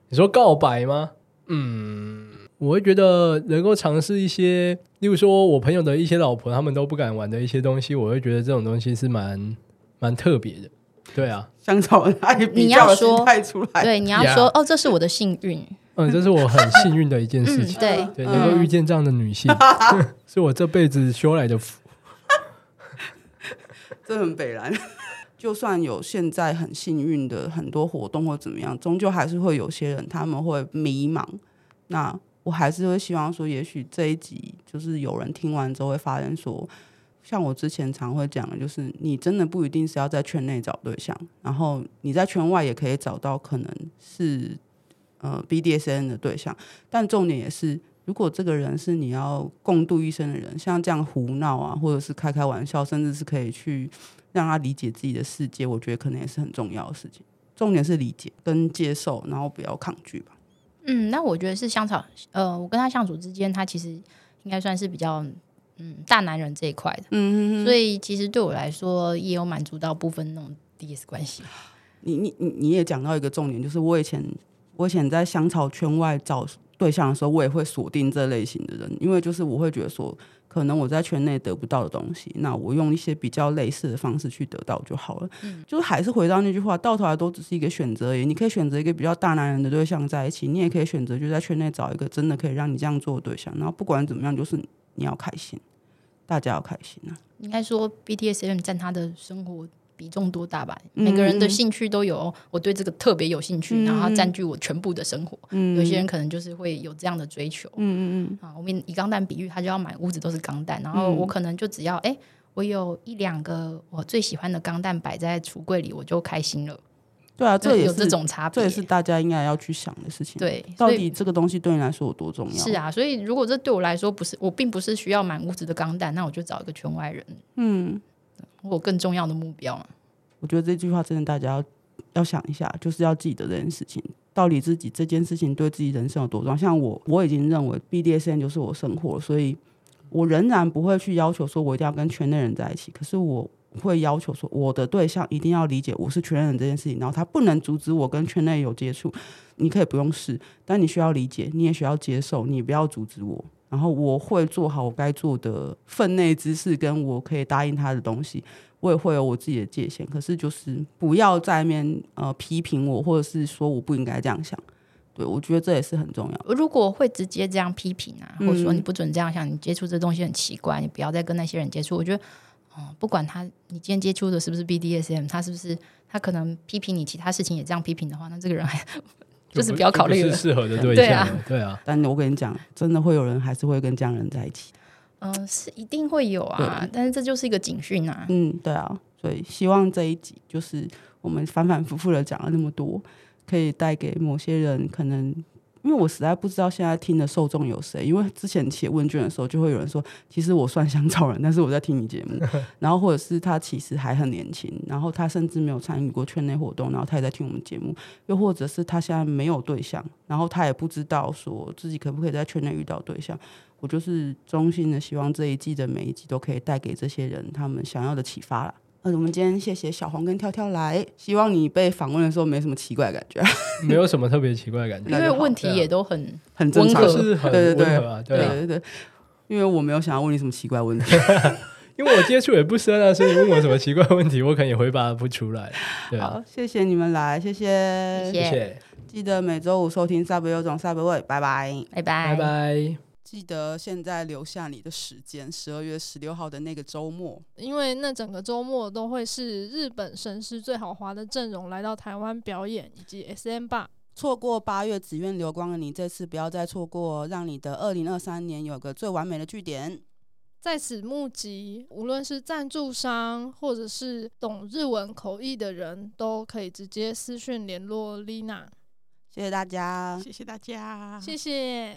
C: 你说告白吗？嗯，我会觉得能够尝试一些，例如说我朋友的一些老婆，他们都不敢玩的一些东西，我会觉得这种东西是蛮蛮特别的。对啊，
B: 香草人爱比
A: 你
B: 较
A: 要
B: 的心
A: 说
B: 态出来，
A: 对，你要
C: Yeah
A: 说哦，这是我的幸运。
C: 嗯，这是我很幸运的一件事
A: 嗯，
C: 情，
A: [laughs] 对，
C: 对，能够遇见这样的
A: [laughs]
C: 女性，是我这辈子修来的福。
B: 这很北然。 [laughs] 就算有现在很幸运的很多活动或怎么样，终究还是会有些人他们会迷茫。那我还是会希望说，也许这一集就是有人听完之后会发现说，像我之前常会讲的，就是你真的不一定是要在圈内找对象，然后你在圈外也可以找到可能是呃 BDSN 的对象，但重点也是。如果这个人是你要共度一生的人，像这样胡闹啊，或者是开开玩笑，甚至是可以去让他理解自己的世界，我觉得可能也是很重要的事情。重点是理解跟接受，然后不要抗拒吧。
A: 嗯，那我觉得是香草，呃，我跟他相处之间，他其实应该算是比较嗯大男人这一块的，嗯所以其实对我来说也有满足到部分那种 DS 关系，
B: 你你你你也讲到一个重点，就是我以前我以前在香草圈外找对象的时候，我也会锁定这类型的人，因为就是我会觉得说，可能我在圈内得不到的东西，那我用一些比较类似的方式去得到就好了。
A: 嗯
B: 就是还是回到那句话，到头来都只是一个选择而已。你可以选择一个比较大男人的对象在一起，你也可以选择就在圈内找一个真的可以让你这样做的对象。然后不管怎么样，就是你要开心，大家要开心啊。
A: 应该说 BTSM 占他的生活。比重多大吧？每个人的兴趣都有，哦我对这个特别有兴趣，然后它占据我全部的生活。有些人可能就是会有这样的追求。嗯嗯嗯。嗯啊，我们以钢弹比喻，他就要满屋子都是钢弹，然后我可能就只要哎、诶我有一两个我最喜欢的钢弹摆在橱柜里，我就开心了。
B: 对啊，这也
A: 有
B: 是
A: 这种差别，
B: 这也是大家应该要去想的事情。，啊
A: 对，
B: 到
A: 所以
B: 底这个东西对你来说有多重要？
A: 是，啊。所以如果这对我来说不是，我并不是需要满屋子的钢弹，那我就找一个圈外人，
B: 嗯，
A: 我有更重要的目标嘛。
B: 我觉得这句话真的大家要要想一下，就是要记得这件事情。到底自己这件事情对自己人生有多重要？像我，我已经认为 BDSN 就是我生活，所以我仍然不会去要求说我一定要跟圈内人在一起。可是我会要求说，我的对象一定要理解我是圈内人这件事情，然后他不能阻止我跟圈内有接触。你可以不用试，但你需要理解，你也需要接受，你不要阻止我。然后我会做好我该做的分内之事，跟我可以答应他的东西。我也会有我自己的界限，可是就是不要在面呃批评我，或者是说我不应该这样想。对，我觉得这也是很重要。
A: 如果会直接这样批评啊，
B: 嗯
A: 或者说你不准这样想，你接触这东西很奇怪，你不要再跟那些人接触。我觉得，哦、不管他你今天接触的是不是 BDSM，他是不是他可能批评你其他事情也这样批评的话，那这个人还就是不要考虑
C: 就不
A: 了
C: 是。适合的对
A: [laughs] 对
C: 象
A: 啊
C: 了，对啊，
B: 但我跟你讲，真的会有人还是会跟这样的人在一起。
A: 嗯、是一定会有啊，但是这就是一个警讯啊。
B: 嗯，对啊，所以希望这一集就是我们反反复复的讲了那么多，可以带给某些人可能。因为我实在不知道现在听的受众有谁，因为之前写问卷的时候就会有人说，其实我算香草人，但是我在听你节目，然后或者是他其实还很年轻，然后他甚至没有参与过圈内活动，然后他也在听我们节目，又或者是他现在没有对象，然后他也不知道说自己可不可以在圈内遇到对象，我就是衷心的希望这一季的每一集都可以带给这些人他们想要的启发啦。呃，我们今天谢谢小红跟跳跳来，希望你被访问的时候没什么奇怪的感觉，
C: 没有什么特别奇怪的感觉
A: 因
B: 那就
A: 为
B: 好啊
A: 问题也都很
B: 很正
A: [laughs]
B: 常
A: 温。
C: 就
A: 和
C: 是很
B: 对对对
C: 温和啊，对啊，
B: 对对，因为我没有想要问你什么奇怪的问题。
C: 因为我接触也不深啊，所以你问我什么奇怪的问题，我可能也回答不出来，对啊
B: 好，，谢谢你们来，谢谢，
A: 谢谢
C: 谢谢，
B: 记得每周五收听《萨博有种萨博味》，拜拜。
A: 拜拜
C: 拜拜。
B: 记得现在留下你的时间，十二月十六号的那个周末。
D: 因为那整个周末都会是日本神师最豪华的阵容来到台湾表演，以及 SM 吧。
B: 错过八月只愿流光的你，这次不要再错过，让你的二零二三年有个最完美的据点。
D: 在此募集，无论是赞助商或者是懂日文口译的人，都可以直接私讯联络 Lina。
B: 谢谢大家，
E: 谢谢大家，
D: 谢谢。